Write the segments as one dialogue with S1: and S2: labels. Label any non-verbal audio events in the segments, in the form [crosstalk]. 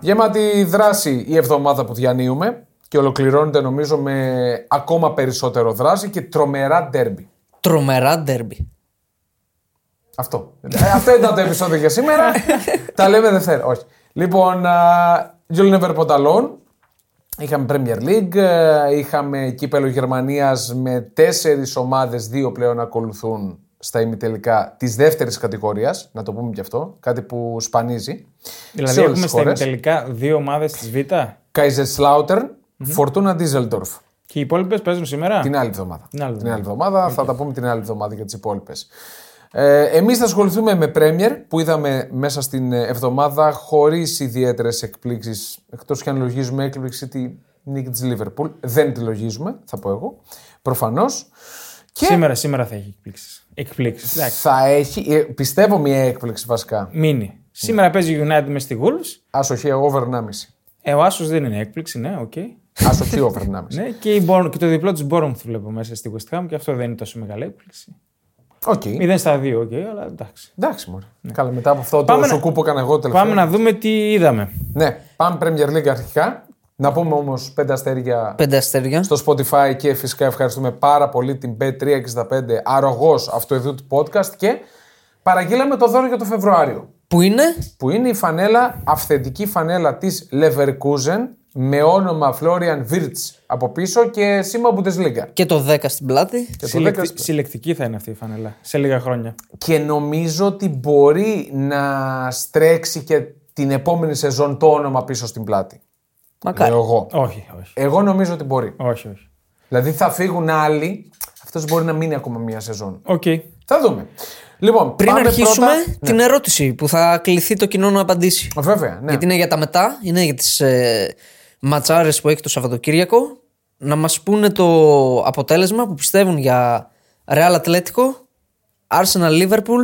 S1: Γεμάτη δράση η εβδομάδα που διανύουμε και ολοκληρώνεται νομίζω με ακόμα περισσότερο δράση και τρομερά ντέρμπι.
S2: Τρομερά ντέρμπι.
S1: Αυτό. Ε, Αυτό ήταν το επεισόδιο για σήμερα. Τα λέμε Δευτέρα. Όχι. Λοιπόν, α, You'll Never Put Alone. Είχαμε Premier League, ε, είχαμε κύπελο Γερμανίας με τέσσερις ομάδες, δύο πλέον ακολουθούν στα ημιτελικά της δεύτερης κατηγορίας, να το πούμε και αυτό, κάτι που σπανίζει.
S3: Δηλαδή
S1: σε όλες
S3: έχουμε
S1: τις
S3: στα
S1: χώρες.
S3: ημιτελικά δύο ομάδες της Β
S1: Kaiserslautern, Fortuna Düsseldorf.
S3: και οι υπόλοιπες παίζουν σήμερα.
S1: Την άλλη εβδομάδα.
S3: Την άλλη
S1: εβδομάδα. Θα τα πούμε την άλλη εβδομάδα για τις υπόλοιπες. Ε, Εμείς θα ασχοληθούμε με Premier που είδαμε μέσα στην ε, εβδομάδα χωρίς ιδιαίτερες εκπλήξεις. Εκτός κι αν λογίζουμε έκπληξη της νίκη τη Λίβερπουλ. Δεν τη λογίζουμε, θα πω εγώ. Προφανώς. Και
S3: Σήμερα, σήμερα θα έχει εκπλήξεις. Εκπλήξεις. Εντάξει.
S1: θα έχει, ε, πιστεύω, μία έκπληξη βασικά.
S3: Μίνι. Σήμερα παίζει United μες στη Wolves.
S1: Άσοχη over 1,5.
S3: Ε, ο Άσος δεν είναι έκπληξη, ναι, οκ. [laughs]
S1: Άσοχη over 1,5.
S3: Ναι, και, η Bournemouth- και το διπλό της Bournemouth βλέπω μέσα στη West Ham και αυτό δεν είναι τόσο μεγάλη έκπληξη.
S1: Οκ.
S3: 0 στα 2, οκ, αλλά εντάξει.
S1: Εντάξει, μωρέ. Καλά, μετά από αυτό
S3: Ναι. Πάμε
S1: το
S3: να-
S1: σοκού που έκανα εγώ τελευταία.
S3: Πάμε να δούμε τι είδαμε.
S1: Ναι, πάμε Premier League αρχικά. Να πούμε όμως πέντε αστέρια
S2: Πέντε αστέρια.
S1: στο Spotify και φυσικά ευχαριστούμε πάρα πολύ την B365 αρρωγός αυτού εδώ του podcast και παραγγείλαμε το δώρο για το Φεβρουάριο.
S2: Που είναι.
S1: Που είναι η φανέλα, αυθεντική φανέλα της Leverkusen με όνομα Florian Wirtz από πίσω και σήμα Bundesliga.
S2: Και το 10 στην πλάτη.
S1: Και, το
S3: Συλλεκ-
S1: δέκα-
S3: Συλλεκτική θα είναι αυτή η φανελά σε λίγα χρόνια.
S1: και νομίζω ότι μπορεί να στρέξει και την επόμενη σεζόν το όνομα πίσω στην πλάτη.
S2: Μακάρι.
S1: Λέω εγώ.
S3: Όχι, όχι.
S1: Εγώ νομίζω ότι μπορεί.
S3: Όχι, όχι.
S1: Δηλαδή θα φύγουν άλλοι. Αυτός μπορεί να μείνει ακόμα μία σεζόν.
S3: Οκ.
S1: Θα δούμε. Λοιπόν,
S2: Πριν
S1: πάμε
S2: αρχίσουμε
S1: πρώτα... Ναι.
S2: την ερώτηση που θα κληθεί το κοινό να απαντήσει.
S1: Βέβαια, ναι.
S2: Γιατί είναι για τα μετά, είναι για τις ε, ματσάρες που έχει το Σαββατοκύριακο. Να μας πούνε το αποτέλεσμα που πιστεύουν για Real Atletico, Arsenal Liverpool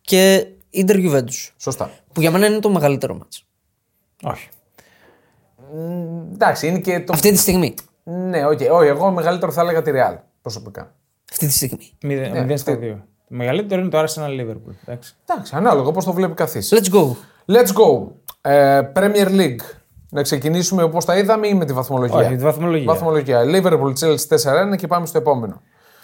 S2: και Inter Juventus.
S1: Σωστά.
S2: Που για μένα είναι το μεγαλύτερο μάτς.
S3: Όχι.
S1: Εντάξει, είναι και το.
S2: Αυτή τη στιγμή.
S1: Ναι, οκ. Όχι, εγώ μεγαλύτερο θα έλεγα τη Real προσωπικά.
S2: Αυτή τη στιγμή.
S1: Ναι,
S3: 0 στα 2. Το μεγαλύτερο είναι το Arsenal Liverpool. Εντάξει.
S1: Εντάξει, ανάλογα πώς το βλέπει καθή.
S2: Let's go.
S1: Let's go. Ε, Premier League. Να ξεκινήσουμε όπως τα είδαμε ή με τη βαθμολογία.
S3: Όχι, τη βαθμολογία.
S1: Βαθμολογία. Liverpool Chelsea 4-1 και πάμε στο επόμενο.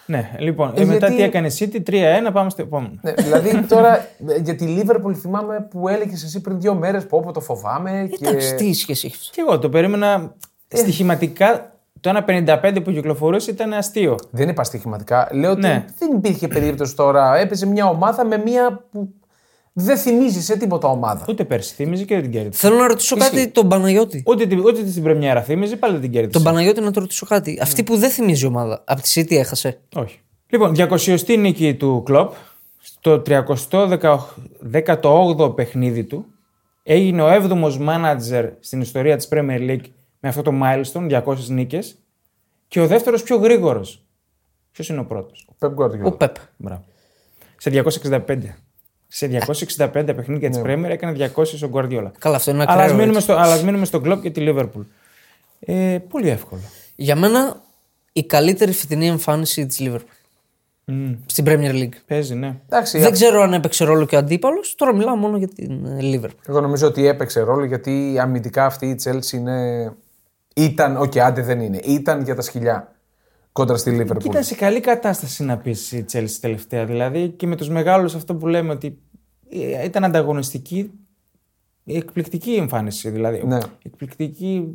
S3: Ναι, λοιπόν, ε, μετά
S1: γιατί-
S3: τι έκανε η City, 3-1, πάμε στο επόμενο.
S1: Ναι, δηλαδή τώρα ε, για τη Liverpool θυμάμαι που έλεγε εσύ πριν δύο μέρες που όπου το φοβάμαι. Και...
S2: Εντάξει, τι σχέση έχει αυτό.
S3: Και εγώ το περίμενα
S1: Ε.
S3: στοιχηματικά το 1,55 που κυκλοφορούσε ήταν αστείο.
S1: Δεν είπα στοιχηματικά. Λέω ότι
S3: Ναι.
S1: δεν υπήρχε περίπτωση τώρα. Έπαιζε μια ομάδα με μια που δεν θυμίζει σε τίποτα ομάδα.
S3: Ούτε πέρσι θύμιζε και δεν την κέρδισε.
S2: Θέλω να ρωτήσω κάτι τον Παναγιώτη.
S3: Ούτε, την- ούτε στην Πρεμιέρα θύμιζε, πάλι δεν την κέρδισε.
S2: Τον Παναγιώτη να το ρωτήσω κάτι.
S3: Ναι.
S2: Αυτή που δεν θυμίζει η ομάδα. Από τη City έχασε.
S3: Όχι. Λοιπόν, 200η νίκη του Κλοπ στο 318ο παιχνίδι του. Έγινε ο 7ο μάνατζερ στην ιστορία της Premier League με αυτό το milestone, 200 νίκες. Και ο δεύτερος πιο γρήγορος. Ποιος είναι ο πρώτος.
S1: Pep Guardiola.
S2: Ο Πεπ.
S3: Μπράβο. Σε 265. Σε 265 παιχνίδια
S1: Ναι.
S3: τη Πρέμερ έκανε 200 ο Γκουαρδιόλα.
S2: Καλά, αυτό είναι
S3: Αλλά
S2: ακραίο,
S3: ας μείνουμε,
S2: έτσι.
S3: στο- αλλά ας μείνουμε στον Κλοπ και τη Λίβερπουλ. Ε, πολύ εύκολο.
S2: Για μένα η καλύτερη φετινή εμφάνιση της Liverpool. Στην Premier League.
S3: Παίζει, ναι.
S1: Εντάξει,
S2: Δεν ξέρω αν έπαιξε ρόλο και ο αντίπαλος. Τώρα μιλάω μόνο για την ε, Liverpool.
S1: εγώ νομίζω ότι έπαιξε ρόλο γιατί αμυντικά αυτή η Chelsea είναι. Ήταν, οκ, άντε δεν είναι. Ήταν για τα σκυλιά κόντρα στη Liverpool.
S3: Ήταν σε καλή κατάσταση να πεις η Τσέλση τελευταία. Δηλαδή και με τους μεγάλους αυτό που λέμε ότι ε, ήταν ανταγωνιστική. Εκπληκτική εμφάνιση δηλαδή.
S1: Ναι.
S3: Εκπληκτική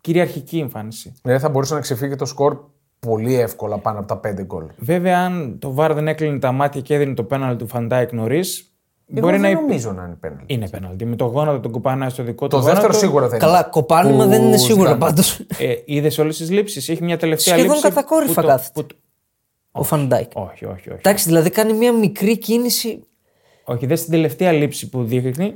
S3: κυριαρχική εμφάνιση.
S1: Δηλαδή θα μπορούσε να ξεφύγει το σκορ πολύ εύκολα πάνω από τα 5 γκολ.
S3: Βέβαια, αν το Βάρ δεν έκλεινε τα μάτια και έδινε το πέναλ του Φαντάικ νωρίς,
S1: Εγώ
S3: μπορεί
S1: δεν
S3: να υπήρχε.
S1: νομίζω να είναι πέναλτι.
S3: Είναι πέναλτι. Με το γόνατο τον κουπανάει στο δικό του.
S1: Το δεύτερο
S3: γόνατο.
S1: σίγουρα δεν είναι.
S2: Καλά, κοπάνημα δεν είναι σίγουρο πάντως.
S3: Ε, Είδες όλες τις λήψεις. Έχει μια τελευταία
S2: Σχεδόν
S3: λήψη.
S2: κατακόρυφα
S3: που το-
S2: κάθεται.
S3: που το-
S2: Ο Φαντάικ.
S3: Όχι, όχι, όχι.
S2: Εντάξει, δηλαδή κάνει μια μικρή κίνηση.
S3: Όχι, δε στην τελευταία λήψη που δείχνει.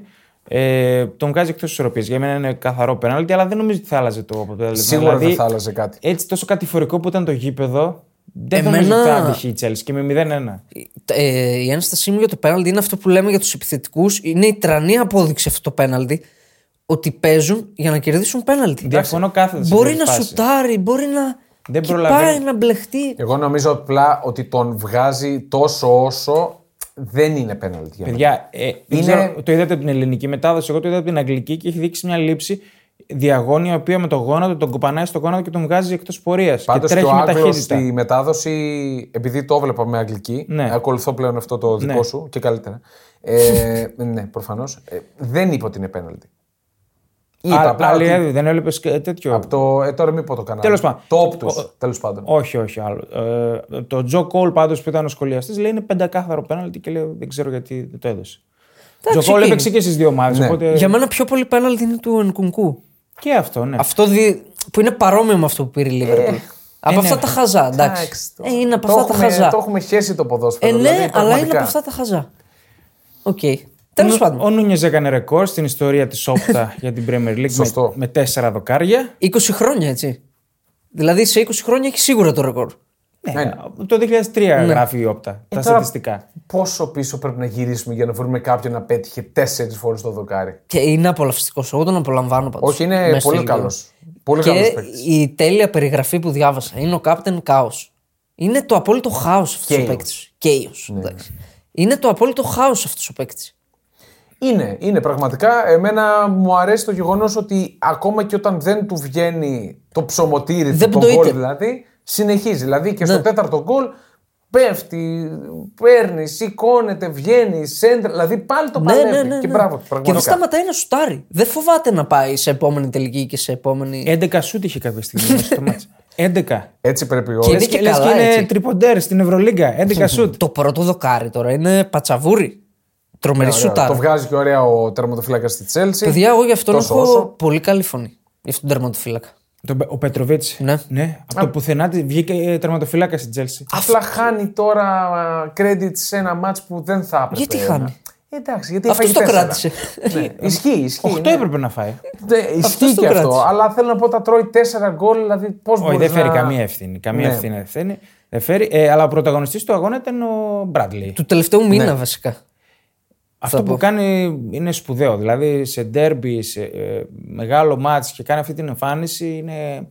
S3: Ε, τον βγάζει εκτός ισορροπίας. Για μένα είναι καθαρό πέναλτι, αλλά δεν νομίζω ότι θα άλλαζε το αποτέλεσμα.
S1: Σίγουρα
S3: Δηλαδή,
S1: δεν θα άλλαζε κάτι.
S3: Έτσι τόσο κατηφορικό που ήταν το γήπεδο, δεν
S2: Εμένα-
S3: νομίζω ότι θα άντυχε η Chelsea και με 0-1.
S2: Ε, η ένστασή μου για το πέναλτι είναι αυτό που λέμε για τους επιθετικούς. Είναι η τρανή απόδειξη αυτό το πέναλτι ότι παίζουν για να κερδίσουν πέναλτι.
S3: Διαφωνώ κάθετα. σε
S2: Μπορεί
S3: αυτή
S2: να
S3: τη φάση.
S2: σουτάρει, μπορεί να.
S3: Δεν
S2: και
S3: προλαβαίνει.
S2: Πάει να μπλεχτεί.
S1: Εγώ νομίζω απλά ότι τον βγάζει τόσο όσο δεν είναι πέναλτι για μένα.
S3: Παιδιά, ε, δεν
S1: Είναι-
S3: ξέρω, το είδατε από την ελληνική μετάδοση, εγώ το είδα από την αγγλική και έχει δείξει μια λήψη διαγώνια, η οποία με το γόνατο τον κοπανάει στο γόνατο και τον βγάζει εκτός πορείας. Και
S1: Πάντως και
S3: τρέχει
S1: ο
S3: με
S1: Άγγλος
S3: ταχύτητα.
S1: στη μετάδοση, επειδή το έβλεπα με αγγλική,
S3: Ναι.
S1: ακολουθώ πλέον αυτό το δικό
S3: Ναι.
S1: σου και καλύτερα. Ε, ναι, προφανώς. Ε, δεν είπα ότι είναι πέναλτι. Είπα
S3: Άλλ-
S1: απλά
S3: άλλοι
S1: ότι
S3: έδι- δεν έβλεπε τέτοιο.
S1: από το, ε, τώρα μην πω το κανάλι.
S3: Τέλος πάντων.
S1: Το Optus, τέλος πάντων.
S3: Όχι, όχι άλλο. Ε, το Τζο Κόλ πάντως που ήταν ο σχολιαστής λέει είναι πεντακάθαρο πέναλτι και λέει δεν ξέρω γιατί δεν το έδωσε.
S2: Εντάξει,
S3: Τζο Κόλ
S2: εκείνη.
S3: έπαιξε και στις δύο ομάδες.
S1: Ναι.
S3: Οπότε...
S2: Για μένα πιο πολύ πέναλτι είναι του Ενκουνκού.
S3: Και αυτό, ναι.
S2: Αυτό δι- που είναι παρόμοιο με αυτό που πήρε η Λίβερπουλ. από
S3: ναι,
S2: αυτά
S3: ναι.
S2: τα χαζά, εντάξει.
S1: Ε, Εντάξει, το-
S2: Ε, είναι από
S1: το
S2: αυτά τα
S1: έχουμε-
S2: χαζά.
S1: Το έχουμε χέσει το ποδόσφαιρο.
S2: Ε, ναι,
S1: δηλαδή,
S2: αλλά είναι
S1: πραγματικά.
S2: από αυτά τα χαζά. Οκ. Τέλο
S3: Ο-
S2: πάντων.
S3: Ο Νούνιες έκανε ρεκόρ στην ιστορία της
S1: [laughs]
S3: Όπτα για την Premier League με,
S1: Σωστό.
S3: με τέσσερα δοκάρια.
S2: 20 χρόνια, έτσι. Δηλαδή σε 20 χρόνια έχει σίγουρα το ρεκόρ.
S1: Ναι, ναι.
S3: Το 2003 γράφει η Όπτα τα
S1: Ε, τώρα,
S3: στατιστικά.
S1: Πόσο πίσω πρέπει να γυρίσουμε για να βρούμε κάποιον να πέτυχε τέσσερις φορές το δοκάρι.
S2: Και είναι απολαυστικός. Εγώ τον απολαμβάνω πάντως.
S1: Όχι, είναι πολύ καλό. Πολύ καλό
S2: Και
S1: παίκτης.
S2: η τέλεια περιγραφή που διάβασα είναι ο Captain Chaos. Είναι το απόλυτο χάος αυτός ο
S1: Chaos.
S2: παίκτης. Κέιος.
S1: Ναι,
S2: Είναι το απόλυτο χάος αυτός ο παίκτης.
S1: Είναι, είναι. Πραγματικά εμένα μου αρέσει το γεγονός ότι ακόμα και όταν δεν του βγαίνει το ψωμοτήρι
S2: Δεν
S1: του, το
S2: πτωείται. Ναι.
S1: γκολ δηλαδή, συνεχίζει. Δηλαδή και στο τέταρτο γκολ πέφτει, παίρνει, σηκώνεται, βγαίνει, σέντρα. Δηλαδή πάλι
S2: Ναι,
S1: το παλεύει. Και μπράβο του,
S2: και δεν
S1: πραγματικά.
S2: σταματάει να σουτάρει. Δεν φοβάται να πάει σε επόμενη τελική και σε επόμενη.
S1: Ε,
S3: 11 σούτ είχε κάποια στιγμή μέσα στο μάτς. 11.
S1: Έτσι πρέπει ο
S2: είναι
S3: Λες
S2: και
S3: και, λες
S2: καλά,
S3: και είναι
S2: έτσι.
S3: τριποντέρ στην Ευρωλίγκα. 11 σούτ.
S2: Το πρώτο δοκάρι τώρα είναι πατσαβούρι. Τρομερή
S1: Ναι, Ωραία, Το
S2: σουτάρα.
S1: βγάζει και ωραία ο τερματοφύλακας της Τσέλση.
S2: Παιδιά, εγώ γι' αυτόν
S1: Τόσο
S2: έχω
S1: όσο.
S2: πολύ καλή φωνή. Γι' αυτόν τον τερματοφύλακα.
S3: Το, ο Πετροβίτ.
S2: Ναι.
S3: από το πουθενά τη- βγήκε ε, τερματοφυλάκα στην Τζέλση.
S1: Απλά χάνει τώρα α, credit σε ένα μάτς που δεν θα έπρεπε.
S2: Γιατί
S1: να-
S2: χάνει?
S1: Εντάξει, γιατί
S2: Αυτός
S1: έφαγε
S2: το
S1: τέσσερα.
S2: κράτησε. [laughs]
S1: Ναι, ισχύει, ισχύει.
S3: 8
S1: ναι.
S3: έπρεπε να φάει.
S1: Ναι, ισχύει
S2: το
S1: και αυτό.
S2: κράτησε.
S1: Αλλά θέλω να πω τα τρώει τέσσερα γκολ, δηλαδή πώς μπορεί.
S3: Όχι, δεν φέρει καμία ευθύνη. Καμία
S1: Ναι.
S3: ευθύνη δεν φέρει. Δεν φέρει. Ε, αλλά ο πρωταγωνιστής του αγώνα ήταν ο Μπράντλι.
S2: Του τελευταίου
S1: Ναι.
S2: μήνα βασικά.
S3: Αυτό που κάνει είναι σπουδαίο. Δηλαδή σε ντέρμπι, σε ε, μεγάλο μάτς και κάνει αυτή την εμφάνιση είναι.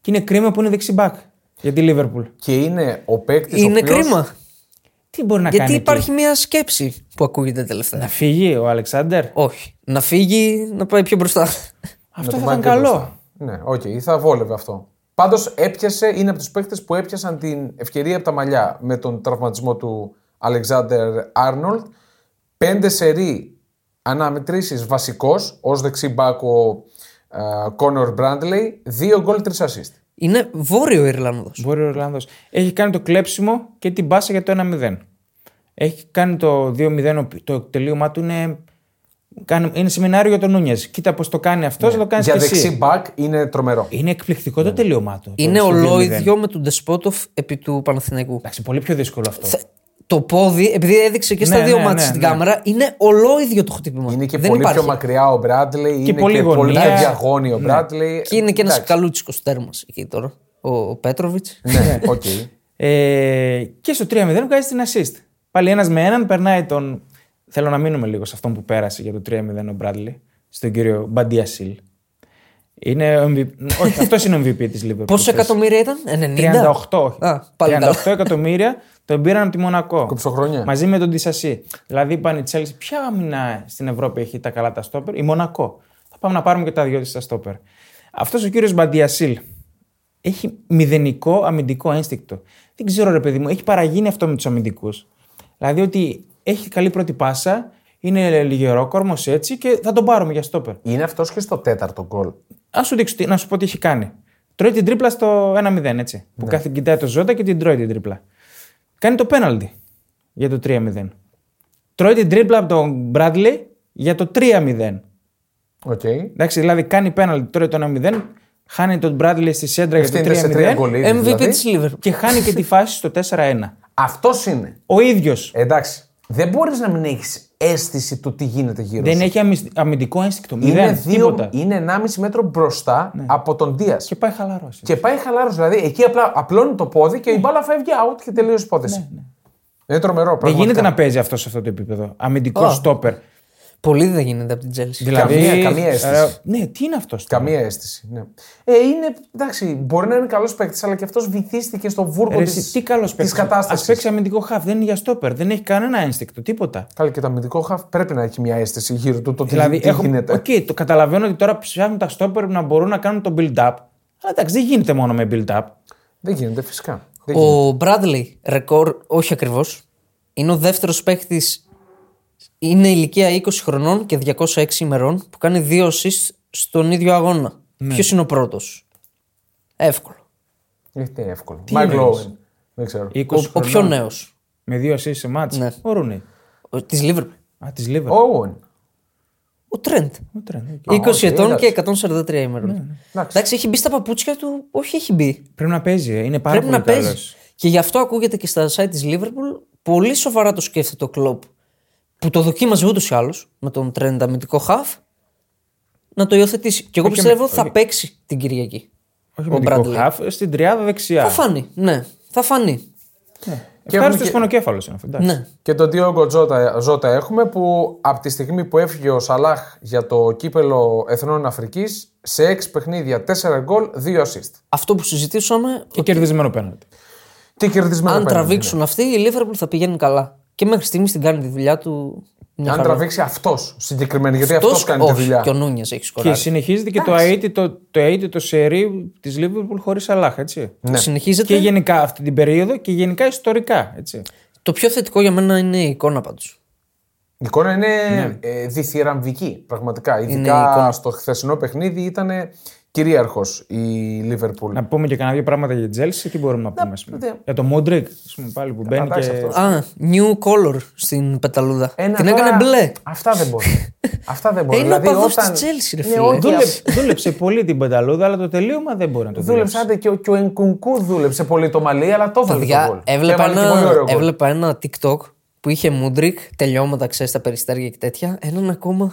S3: και είναι κρίμα που είναι δεξιμπάκ για τη Λίβερπουλ.
S1: Και είναι ο παίκτης.
S2: Είναι κρίμα.
S3: Τι μπορεί να
S2: Γιατί
S3: κάνει. εκεί?
S2: υπάρχει μια σκέψη που ακούγεται τελευταία.
S3: Να φύγει ο Αλεξάνδρ.
S2: Όχι. Να φύγει, να πάει πιο μπροστά.
S3: Αυτό θα ήταν καλό.
S1: Ναι, οκ, θα βόλευε αυτό. Πάντως έπιασε, είναι από τους παίκτες που έπιασαν την ευκαιρία από τα μαλλιά με τον τραυματισμό του Αλεξάνδρ Άρνολτ. Πέντε σερί αναμετρήσεις βασικός ως δεξί μπακ ο ε, Κόνορ Μπράντλεϊ. Δύο γκολ, τρεις assist.
S2: Είναι βόρειο Ιρλανδό.
S3: Μπορεί ο Ιρλανδός. Έχει κάνει το κλέψιμο και την πάσα για το 1-0. Έχει κάνει το 2-0. ο- Το τελείωμά του είναι. κάνει- Είναι σεμινάριο για τον Νούνιες. Κοίτα πώς το κάνει αυτός, θα το κάνεις και
S1: Για
S3: εσύ.
S1: δεξί μπακ είναι τρομερό.
S3: Είναι εκπληκτικό το τελείωμά του. το-
S2: Είναι
S3: Ε, στο 2-0.
S2: ολόιδιο με τον Ντεσπότοφ επί του Παναθηναϊκού.
S3: Εντάξει, πολύ πιο δύσκολο αυτό.
S2: Θε- Το πόδι, επειδή έδειξε και στα
S3: Ναι,
S2: δύο
S3: ναι,
S2: μάτια
S3: ναι,
S2: στην
S3: ναι.
S2: κάμερα, είναι ολόιδιο το χτύπημα.
S1: Είναι και
S2: Δεν
S1: πολύ
S2: υπάρχει. Ναι.
S1: πιο μακριά ο Μπράντλεϊ. Είναι
S3: πολύ
S1: και πολύ
S3: γωνία.
S1: πιο διαγώνιο ο Μπράντλεϊ.
S2: Και είναι και ένας
S1: Εντάξει.
S2: καλούτσικος τέρμα εκεί τώρα. Ο, ο Πέτροβιτ.
S1: Ναι, οκ.
S3: Ε, και στο 3-0 βγάζει την assist. Πάλι ένας με έναν περνάει τον. Θέλω να μείνουμε λίγο σε αυτόν που πέρασε για το 3-0 ο Μπράντλι, στον κύριο Μπαντιασίλ. Είναι ο MVP... Όχι, αυτός είναι ο MVP τη Liverpool.
S2: Πόσα εκατομμύρια ήταν, 90.
S3: 38, όχι.
S2: Α, πάλι
S3: 38
S2: καλά.
S3: εκατομμύρια τον πήραν από τη Μονακό.
S1: Κοψοχρονιά.
S3: Μαζί με τον Τισασί. Δηλαδή είπαν οι Chelsea, ποια άμυνα στην Ευρώπη έχει τα καλά τα στόπερ, η Μονακό. Θα πάμε να πάρουμε και τα δυο της τα στόπερ. Αυτός ο κύριος Μπαντιασίλ έχει μηδενικό αμυντικό ένστικτο. Δεν ξέρω, ρε παιδί μου, έχει παραγίνει αυτό με τους αμυντικούς. Δηλαδή ότι έχει καλή πρώτη πάσα, είναι λιγερόκορμο έτσι και θα τον πάρουμε για στόπερ.
S1: Είναι αυτός και στο τέταρτο γκολ.
S3: Ας σου δείξω, τι- να σου πω τι έχει κάνει. Τρώει την τρίπλα στο 1-0, έτσι.
S1: Ναι.
S3: Που κάθε κοιτάει το Ζώτα και την τρώει την τρίπλα. Κάνει το πέναλτι για το 3-0. Τρώει την τρίπλα από τον Bradley για το 3-0.
S1: Οκ.
S3: Εντάξει, δηλαδή κάνει πέναλτι, τρώει το 1-0, χάνει τον Bradley στη σέντρα για το
S1: Ευθύνεται σε τρία
S3: 3-0
S1: γκολ ήδη.
S2: MVP
S1: δηλαδή.
S2: της Λίβερπουλ.
S3: και χάνει και τη φάση στο 4-1.
S1: Αυτός είναι.
S3: Ο ίδιος
S1: Εντάξει. Δεν μπορείς να μην έχεις αίσθηση του τι γίνεται γύρω
S3: δεν
S1: σου.
S3: έχει αμυσ- αμυντικό ένστικτο.
S1: είναι,
S3: Μηδέν, τίποτα. Ναι.
S1: είναι 1,5 μέτρο μπροστά από τον Δίας.
S3: Και
S1: Και...
S3: πάει χαλαρός.
S1: πάει χαλάρο. Δηλαδή εκεί απλά απλώνει το πόδι και η μπάλα φεύγει out και τελείωσε η υπόθεση. Είναι τρομερό
S3: Ναι. Δεν
S1: πραγματικά.
S3: γίνεται να παίζει αυτός σε αυτό το επίπεδο. Αμυντικό
S2: Α.
S3: στόπερ.
S2: Πολύ δεν γίνεται από την Τζέλση.
S3: Δηλαδή,
S1: Καμία- καμία αίσθηση.
S3: ε, ναι, τι είναι αυτός.
S1: Καμία αίσθηση. Ναι. Ε, είναι, εντάξει, μπορεί να είναι καλός παίκτης, αλλά και αυτός βυθίστηκε στο βούρκο
S3: Ρε, εσύ,
S1: τη
S3: τι καλός παίκτη. Α
S1: κατάσταση.
S3: παίξει αμυντικό χαφ, δεν είναι για στόπερ. Δεν έχει κανένα ένστικτο, τίποτα.
S1: Καλά, και το αμυντικό χαφ πρέπει να έχει μια αίσθηση γύρω του το τι,
S3: Δηλαδή,
S1: τι γίνεται.
S3: Οκ, το καταλαβαίνω ότι τώρα ψάχνουν τα στόπερ να μπορούν να κάνουν το build-up. Αλλά εντάξει, δεν γίνεται μόνο με build-up.
S1: Δεν γίνεται, φυσικά. Δεν γίνεται.
S2: Ο Bradley, ρεκόρ, όχι ακριβώς. Είναι ο δεύτερος παίκτης. Είναι ηλικία 20 χρονών και 206 ημερών που κάνει δύο assists στον ίδιο αγώνα.
S3: Ναι.
S2: Ποιος Ποιο είναι ο πρώτος. Εύκολο.
S1: Ε, τι είναι εύκολο.
S3: Τι
S1: Μάικλ
S3: εννοείς?
S1: Όουεν. Δεν ξέρω.
S3: 20
S2: Ο, ο
S3: χρονών,
S2: πιο νέος.
S3: Με δύο assists σε μάτς.
S2: Ναι.
S3: Ο Ρούνεϊ.
S2: Τη Liverpool.
S3: Α, της Λίβερ.
S1: Όουεν.
S2: Ο Τρέντ.
S3: Ο Ναι, Τρεν, οκ.
S2: 20
S1: όχι,
S2: ετών
S1: εντάξει.
S2: και 143 ημερών.
S1: Εντάξει.
S2: Εντάξει, έχει μπει στα παπούτσια του. Όχι, έχει μπει.
S3: Πρέπει να παίζει. ε. Είναι πάρα
S2: Πρέπει να
S3: πολύ
S2: παίζει.
S3: καλός.
S2: Και γι' αυτό ακούγεται και στα site της Liverpool πολύ σοβαρά το σκέφτεται ο Κλοπ. Που το δοκίμαζε ούτως ή άλλως με τον Trent αμυντικό half να το υιοθετήσει. Και εγώ
S3: Όχι
S2: πιστεύω
S3: με-
S2: θα παίξει την Κυριακή.
S3: Όχι
S2: ο
S3: με τον
S2: Bradley.
S3: Χαφ, ε, στην τριάδα δεξιά.
S2: Θα φανεί. Ναι, θα φανεί.
S3: Ευχάριστο
S1: και-
S3: και... πονοκέφαλος είναι αυτό. εντάξει.
S2: Ναι.
S1: Και τον Diogo Jota, Jota έχουμε που από τη στιγμή που έφυγε ο Σαλάχ για το κύπελο Εθνών Αφρικής σε 6 παιχνίδια, 4 γκολ, 2 assist.
S2: Αυτό που συζητήσαμε,
S3: Και κερδισμένο πέναντι.
S1: Τι κερδισμένο
S2: αν
S1: πέναντι,
S2: τραβήξουν αυτοί, η Liverpool θα πηγαίνει καλά. Και μέχρι στιγμής την κάνει τη δουλειά του.
S1: ναι.
S2: Μια
S1: Αν
S2: χαρά.
S1: τραβήξει αυτός συγκεκριμένα, γιατί
S2: Αυτός-
S1: αυτό κάνει τη
S2: όχι,
S1: δουλειά.
S2: Και ο Νούνιε έχει σκοράρει.
S3: Και συνεχίζεται και το αίτητο, το αίτητο σερί της Λίβερπουλ χωρίς Αλάχ, έτσι.
S2: Ναι. Συνεχίζεται.
S3: ναι. Και γενικά αυτή την περίοδο και γενικά ιστορικά. Έτσι.
S2: Το πιο θετικό για μένα είναι η εικόνα πάντως.
S1: Η εικόνα είναι ε, διθυραμβική, πραγματικά.
S2: Ναι. η
S1: Ειδικά
S2: εικόνα.
S1: στο χθεσινό παιχνίδι ήταν κυρίαρχος η Λίβερπουλ.
S3: Να πούμε και κανένα δύο πράγματα για την Τζέλση, τι μπορούμε να πούμε. ας πούμε.
S1: ναι.
S3: Για το Μόντρικ, ας πούμε, πάλι που μπαίνει
S1: πατάξει
S3: και.
S1: αυτό.
S2: Α, new color στην πεταλούδα.
S1: Ένα
S2: την
S1: τώρα-
S2: έκανε μπλε.
S1: Αυτά δεν
S2: [laughs]
S1: μπορεί. Αυτά δεν μπορεί.
S2: Ε, είναι ο παδός της Chelsea, ρε
S1: Ναι,
S2: φίλε.
S1: όχι,
S3: Δούλεψε, δούλεψε πολύ την πενταλούδα, αλλά το τελείωμα δεν μπορεί να το
S1: Δούλεψε,
S3: δουλέψει.
S1: άντε και ο, και ο Ενκουνκού δούλεψε πολύ το μαλλί, αλλά το έβαλε το γκολ.
S2: Παιδιά, έβλεπα
S1: Έβαλε και πολύ ωραίο
S2: ένα,
S1: γκολ.
S2: έβλεπα ένα TikTok που είχε Μούντρικ, τελειώματα ξέρεις στα περιστέρια και τέτοια. Έναν ακόμα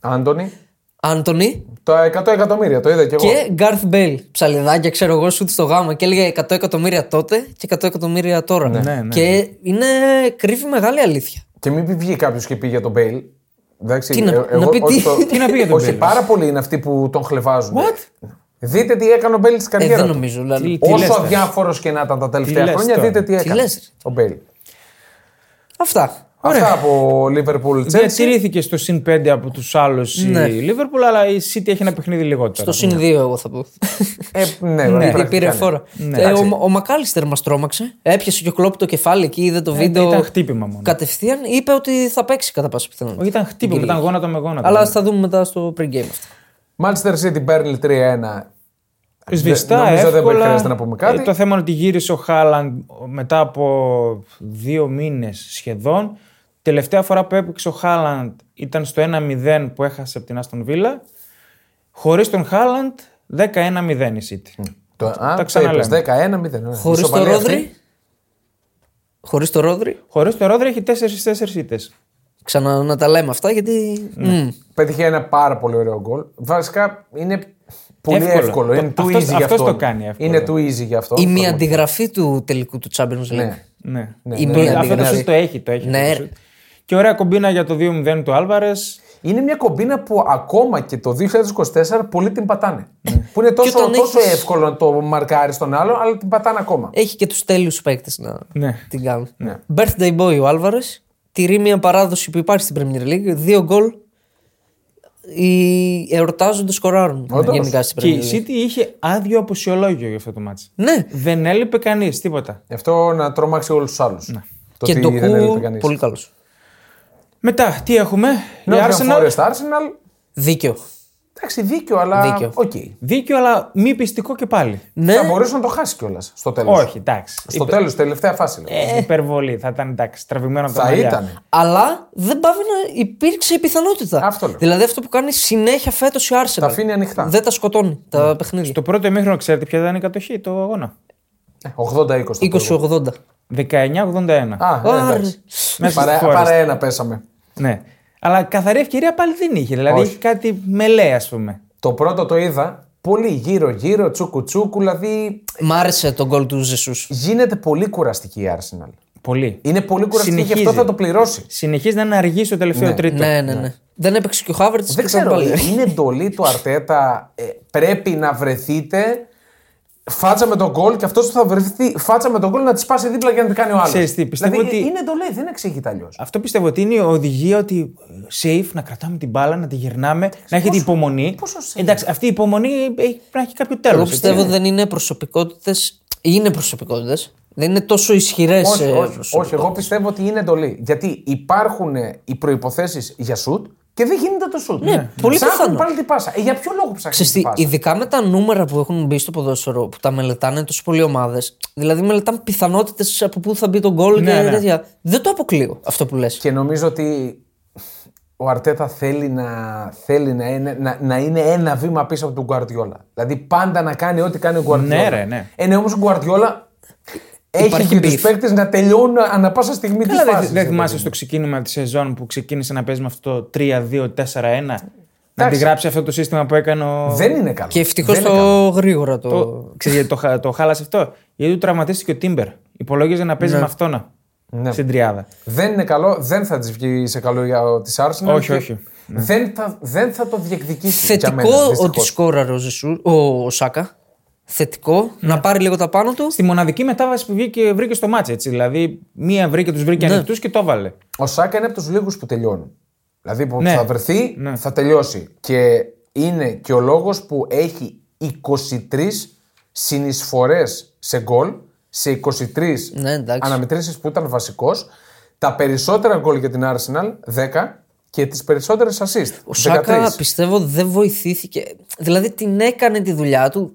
S1: Άντωνη,
S2: Άντωνη
S1: τα 100 εκατομμύρια, το είδα κι εγώ.
S2: και Γκάρθ Μπέιλ. Ψαλιδάκια, ξέρω εγώ, σουτ στο γάμα. Και έλεγε 100 εκατομμύρια τότε και 100 εκατομμύρια τώρα.
S3: ναι, ναι.
S2: Και είναι κρύβει μεγάλη αλήθεια.
S1: Και μην βγει κάποιος και πει για τον Μπέιλ. Εντάξει,
S2: Τι να-
S1: ε-
S2: να πει
S1: όχι
S2: [laughs] τι-
S3: τι να πει για τον
S1: Όχι,
S3: Μπέιλ.
S1: πάρα πολλοί είναι αυτοί που τον χλεβάζουν. Δείτε τι έκανε ο Μπέιλ στην
S2: Ε,
S1: καριέρα.
S2: δεν
S1: του.
S2: νομίζω. Δηλαδή.
S3: Τι λες
S1: Όσο
S3: τώρα.
S1: αδιάφορος και να ήταν τα τελευταία
S3: λες
S1: χρόνια,
S3: τώρα.
S1: δείτε τι έκανε.
S2: λες, ρε.
S1: ο Μπέιλ.
S2: Αυτά.
S1: Αυτά από Λίβερπουλ Τσέλσι.
S3: Διατηρήθηκε στο συν 5 από τους άλλους
S2: Ναι.
S3: η Λίβερπουλ, αλλά η City έχει ένα παιχνίδι λιγότερο.
S2: Το συν δύο, εγώ θα πω.
S1: Ναι,
S2: Πήρε,
S1: πρακτικά,
S2: πήρε
S1: ναι.
S2: φόρα. Ε, ο,
S1: εντάξει.
S2: ο Μακάλιστερ μας τρόμαξε. Έπιασε και ο Κλόπ το κεφάλι εκεί, είδε
S1: Ε,
S2: το βίντεο.
S3: ήταν χτύπημα μόνο.
S2: Ναι. Κατευθείαν είπε ότι θα παίξει κατά πάσα πιθανότητα.
S3: Όχι, ήταν χτύπημα, ήταν γόνατο με γόνατο.
S2: Αλλά θα δούμε μετά στο pregame αυτό.
S1: Manchester City Burnley 3-1.
S3: Σβηστά,
S1: Νομίζω δεν
S3: εύκολα.
S1: χρειάζεται να πούμε κάτι.
S3: Ε, το θέμα είναι ότι γύρισε ο Χάλαντ μετά από δύο μήνες σχεδόν. Τελευταία φορά που έπαιξε ο Χάλαντ ήταν στο 1-0 που έχασε από την Άστον Βίλα. Χωρίς τον Χάλαντ, 11-1-0 η City.
S1: Το, α,
S3: τα
S1: το είπες,
S3: ξαναλέμε.
S1: 10-1-0. ναι.
S2: Χωρίς το
S1: Ισοπαλία αυτή.
S2: Ρόδρυ. Χωρίς το Ρόδρυ.
S3: Χωρίς τον Ρόδρυ έχει 4-4 ήττες.
S2: Ξανά να τα λέμε αυτά γιατί.
S1: Ναι.
S2: Μμμ.
S1: Πέτυχε ένα πάρα πολύ ωραίο γκολ. Βασικά είναι πολύ εύκολο.
S3: Εύκολο.
S1: Είναι
S3: Το-
S1: too
S3: αυτός-
S1: easy για
S3: αυτός
S1: αυτό.
S3: το κάνει εύκολο.
S1: Είναι too easy για αυτό.
S2: Η μία αντιγραφή του τελικού του Champions League.
S1: Ναι.
S3: Ναι.
S2: Η
S1: ναι,
S2: μία
S1: ναι,
S3: Αυτό το
S2: αντιγραφή.
S3: σουτ το έχει. Το έχει
S2: Ναι.
S3: το σουτ. Και ωραία κομπίνα για το 2-0 του Άλβαρες.
S1: Είναι μια κομπίνα που ακόμα και το 2024 πολλοί την πατάνε.
S3: Ναι.
S1: Που είναι τόσο,
S2: όταν
S1: τόσο
S2: έχεις-
S1: εύκολο να το μαρκάρεις τον άλλον, αλλά την πατάνε ακόμα.
S2: Έχει και τους τέλειους παίκτες να
S3: Ναι.
S2: την κάνουν. Birthday boy ο Άλβαρες. Τηρεί μια παράδοση που υπάρχει στην Premier League. Δύο γκολ. Οι εορτάζονται, σκοράρουν
S1: Όντως.
S2: γενικά στην
S3: Και η
S2: Premier League.
S3: City είχε άδειο αποσιολόγιο για αυτό το μάτσο.
S2: Ναι,
S3: Δεν έλειπε κανείς, τίποτα.
S1: Γι' αυτό να τρομάξει όλους τους άλλους.
S3: Ναι.
S1: Το
S2: και
S1: ότι
S2: το
S1: δεν έλειπε
S2: κου
S1: κανείς.
S2: πολύ καλός.
S3: Μετά, τι έχουμε. Η
S1: Nottingham
S3: Ναι, Arsenal.
S1: Forest Arsenal.
S2: Δίκαιο.
S1: Εντάξει, δίκιο, αλλά.
S2: Δίκιο.
S1: Οκ.
S3: Δίκιο, αλλά μη πιστικό και πάλι.
S2: Ναι,
S1: Θα μπορούσε να το χάσει κιόλας στο τέλος.
S3: Όχι, εντάξει.
S1: Στο τέλος, τελευταία φάση. λέω.
S3: Ε, Υπερβολή. Θα ήταν εντάξει, τραβημένο από τα
S1: Θα
S3: μαλλιά.
S1: ήταν.
S2: Αλλά δεν πάβει να υπήρξε η πιθανότητα.
S1: Αυτό λέω.
S2: Δηλαδή αυτό που κάνει συνέχεια φέτος η Arsenal.
S1: Τα Ναι. αφήνει ανοιχτά.
S2: Δεν τα σκοτώνει τα παιχνίδια.
S3: Το πρώτο ημίχρονο, ξέρετε ποια ήταν η κατοχή του αγώνα.
S1: 80-20. Ε, το πρώτο.
S2: 20-80.
S3: 19-81.
S1: Α, ε,
S2: Άρε.
S1: εντάξει.
S3: Μέσα
S1: Παρά,
S3: στη Forest.
S1: παρά ένα πέσαμε.
S3: Ναι. Αλλά καθαρή ευκαιρία πάλι δεν είχε. Δηλαδή
S1: Όχι.
S3: είχε κάτι μελέ, ας πούμε.
S1: Το πρώτο το είδα πολύ γύρω-γύρω, τσούκου-τσούκου, δηλαδή
S2: Μ' άρεσε το γκολ του Ζεσού.
S1: γίνεται πολύ κουραστική η Arsenal.
S3: Πολύ.
S1: Είναι πολύ κουραστική και
S3: Συνεχίζει.
S1: αυτό θα το πληρώσει.
S3: Συνεχίζει να είναι αργή στο τελευταίο τρίτο.
S2: Ναι, ναι, ναι. Δεν έπαιξε και ο Χάβερτ.
S1: Δεν ξέρω, ε, είναι εντολή του Αρτέτα. ε, πρέπει να βρεθείτε φάτσα με τον γκολ και αυτός που θα βρεθεί φάτσα με τον γκολ να τη σπάσει δίπλα για να την κάνει ο άλλος.
S3: Ξέρεις τι, πιστεύω
S1: δηλαδή,
S3: ότι-
S1: Είναι εντολή, δεν εξηγείται αλλιώς.
S3: Αυτό πιστεύω ότι είναι η οδηγία ότι ε, safe να κρατάμε την μπάλα, να τη γυρνάμε, να έχετε υπομονή.
S1: πόσο safe?
S3: Εντάξει, αυτή η υπομονή έχει- πρέπει να έχει κάποιο τέλος.
S2: Εγώ πιστεύω ότι δεν είναι προσωπικότητες. Είναι προσωπικότητες. Δεν είναι τόσο ε, ισχυρές.
S1: Όχι, όχι, όχι, εγώ πιστεύω ότι είναι εντολή. Γιατί υπάρχουν ε, οι προποθέσει για σουτ και δεν γίνεται το σουτ. Ναι,
S2: πολύ
S1: Ψάχνουν
S2: πιθανό.
S1: πάλι την πάσα. Ε, για ποιο λόγο ψάχνουν
S2: Ξέρεις
S1: την
S2: τι,
S1: πάσα.
S2: ειδικά με τα νούμερα που έχουν μπει στο ποδόσφαιρο που τα μελετάνε τόσο πολλοί ομάδες. Δηλαδή, μελετάνε πιθανότητες από πού θα μπει τον γκολ και
S3: ναι.
S2: τέτοια. Δεν το αποκλείω αυτό που λες.
S1: Και νομίζω ότι ο Αρτέτα θέλει, να, θέλει να, είναι, να, να είναι ένα βήμα πίσω από τον Γκουαρδιόλα. Δηλαδή πάντα να κάνει ό,τι κάνει ο Γκουαρδιόλα.
S3: Ναι, ρε, ναι.
S1: Ε, ναι, όμως ο Γκουαρδιόλα έχει
S2: Υπάρχει
S1: και του
S2: beef.
S1: παίκτες να τελειώνουν ανα πάσα στιγμή τη
S3: Καλά, δεν-
S1: φάση.
S3: δεν θυμάσαι στο ξεκίνημα της σεζόν που ξεκίνησε να παίζει με αυτό το 3-2-4-1. Να
S1: Εντάξει.
S3: αντιγράψει αυτό το σύστημα που έκανε ο.
S1: Δεν είναι καλό.
S2: Και ευτυχώς
S1: Δεν
S2: το
S1: είναι καλό.
S2: γρήγορα το.
S3: Το... Ξέρεις γιατί το, χα- το χάλασε αυτό. Γιατί του τραυματίστηκε ο Τίμπερ. Υπολόγιζε να παίζει με αυτόνα
S1: Ναι.
S3: στην τριάδα.
S1: Δεν είναι καλό, δεν θα της βγει σε καλό για της Arsenal.
S3: Όχι,
S1: και
S3: όχι. Ναι.
S1: Δεν θα, δεν θα το διεκδικήσει. για μένα,
S2: Θετικό ότι
S1: δυστυχώς.
S2: σκόραρε ο, Ζεσού, ο, ο Σάκα. Θετικό. Να πάρει λίγο τα πάνω του.
S3: Ναι. Στη μοναδική μετάβαση που βγήκε, βρήκε στο μάτσε. Έτσι. Δηλαδή, μία βρήκε, τους
S1: Ναι.
S3: βρήκε ανοιχτούς και το έβαλε.
S1: Ο Σάκα είναι από τους λίγους που τελειώνουν. Δηλαδή που
S3: Ναι.
S1: θα βρεθεί, θα τελειώσει. Και είναι και ο λόγος που έχει 23 συνεισφορές σε γκολ, σε 23
S2: Ναι, εντάξει.
S1: αναμετρήσεις που ήταν βασικός, τα περισσότερα γκολ για την Arsenal 10 και τις περισσότερες assist. 13.
S2: Ο Σάκα πιστεύω δεν βοηθήθηκε. Δηλαδή την έκανε τη δουλειά του.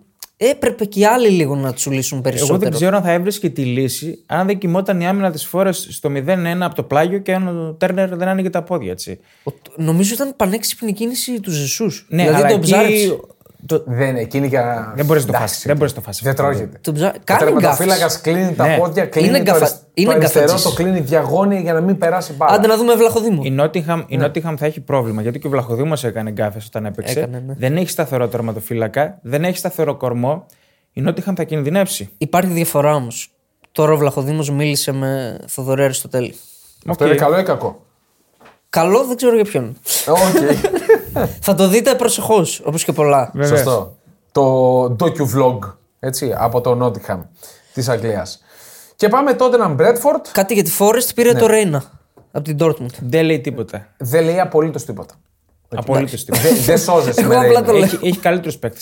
S2: Έπρεπε και οι άλλοι λίγο να τσουλήσουν
S3: Εγώ
S2: περισσότερο.
S3: δεν ξέρω αν θα έβρισκε τη λύση αν δεν κοιμόταν η άμυνα της φορέ στο 0-1 από το πλάγιο και αν ο Τέρνερ δεν άνοιγε τα πόδια. Έτσι.
S2: Ο- νομίζω ήταν πανέξυπνη κίνηση του Ζεσούς.
S3: Ναι,
S2: δηλαδή
S3: αλλά
S2: τον
S3: εκεί
S2: ψάριψε.
S3: το-
S1: Δεν, εκείνη για...
S3: Δεν μπορείς να το
S1: Εντάξει,
S3: φάσεις, δεν μπορείς να το φάσεις.
S1: Δεν τρώγεται.
S2: Τον ψά-
S1: Ο
S2: Κάνει
S1: τερματοφύλακα
S2: γκάφες.
S1: κλείνει τα
S3: Ναι.
S1: πόδια, κλείνει
S2: Είναι
S1: το,
S2: γκαφα-
S1: αρισ-
S2: είναι
S1: το αριστερό,
S2: γκαφατζής.
S1: το κλείνει διαγώνια για να μην περάσει μπάλα.
S2: Άντε να δούμε Βλαχοδήμο.
S3: Η Νότιγχαμ,
S2: Ναι.
S3: η Nottingham θα έχει πρόβλημα γιατί και ο Βλαχοδήμος έκανε γκάφες όταν έπαιξε.
S2: Έκανε, ναι.
S3: Δεν έχει σταθερό τερματοφύλακα, δεν έχει σταθερό κορμό. Η Νότιγχαμ θα κινδυνεύσει.
S2: Υπάρχει διαφορά όμως. Τώρα ο Βλαχοδήμος μίλησε με Θοδωρή Αριστοτέλη.
S1: Αυτό
S3: Οκ.
S1: είναι καλό ή κακό. Ε,
S2: Καλό δεν ξέρω για ποιον. [laughs]
S1: Οκ.
S2: Θα το δείτε προσεχώς, όπως και πολλά.
S3: Βεβαίως.
S1: Σωστό. Το docu-vlog έτσι, από το Nottingham της Αγγλίας. Και πάμε τότε να Μπρέτφορντ.
S2: Κάτι για τη Forest
S1: Ναι.
S2: πήρε το Ρέινα από την Dortmund.
S3: Δεν λέει τίποτα.
S1: Δεν λέει απολύτως τίποτα.
S3: Απολύτως
S2: [laughs]
S3: τίποτα.
S1: Δεν δε σώζεσαι.
S2: Εγώ απλά το λέω.
S3: έχει έχει καλύτερους παίκτες.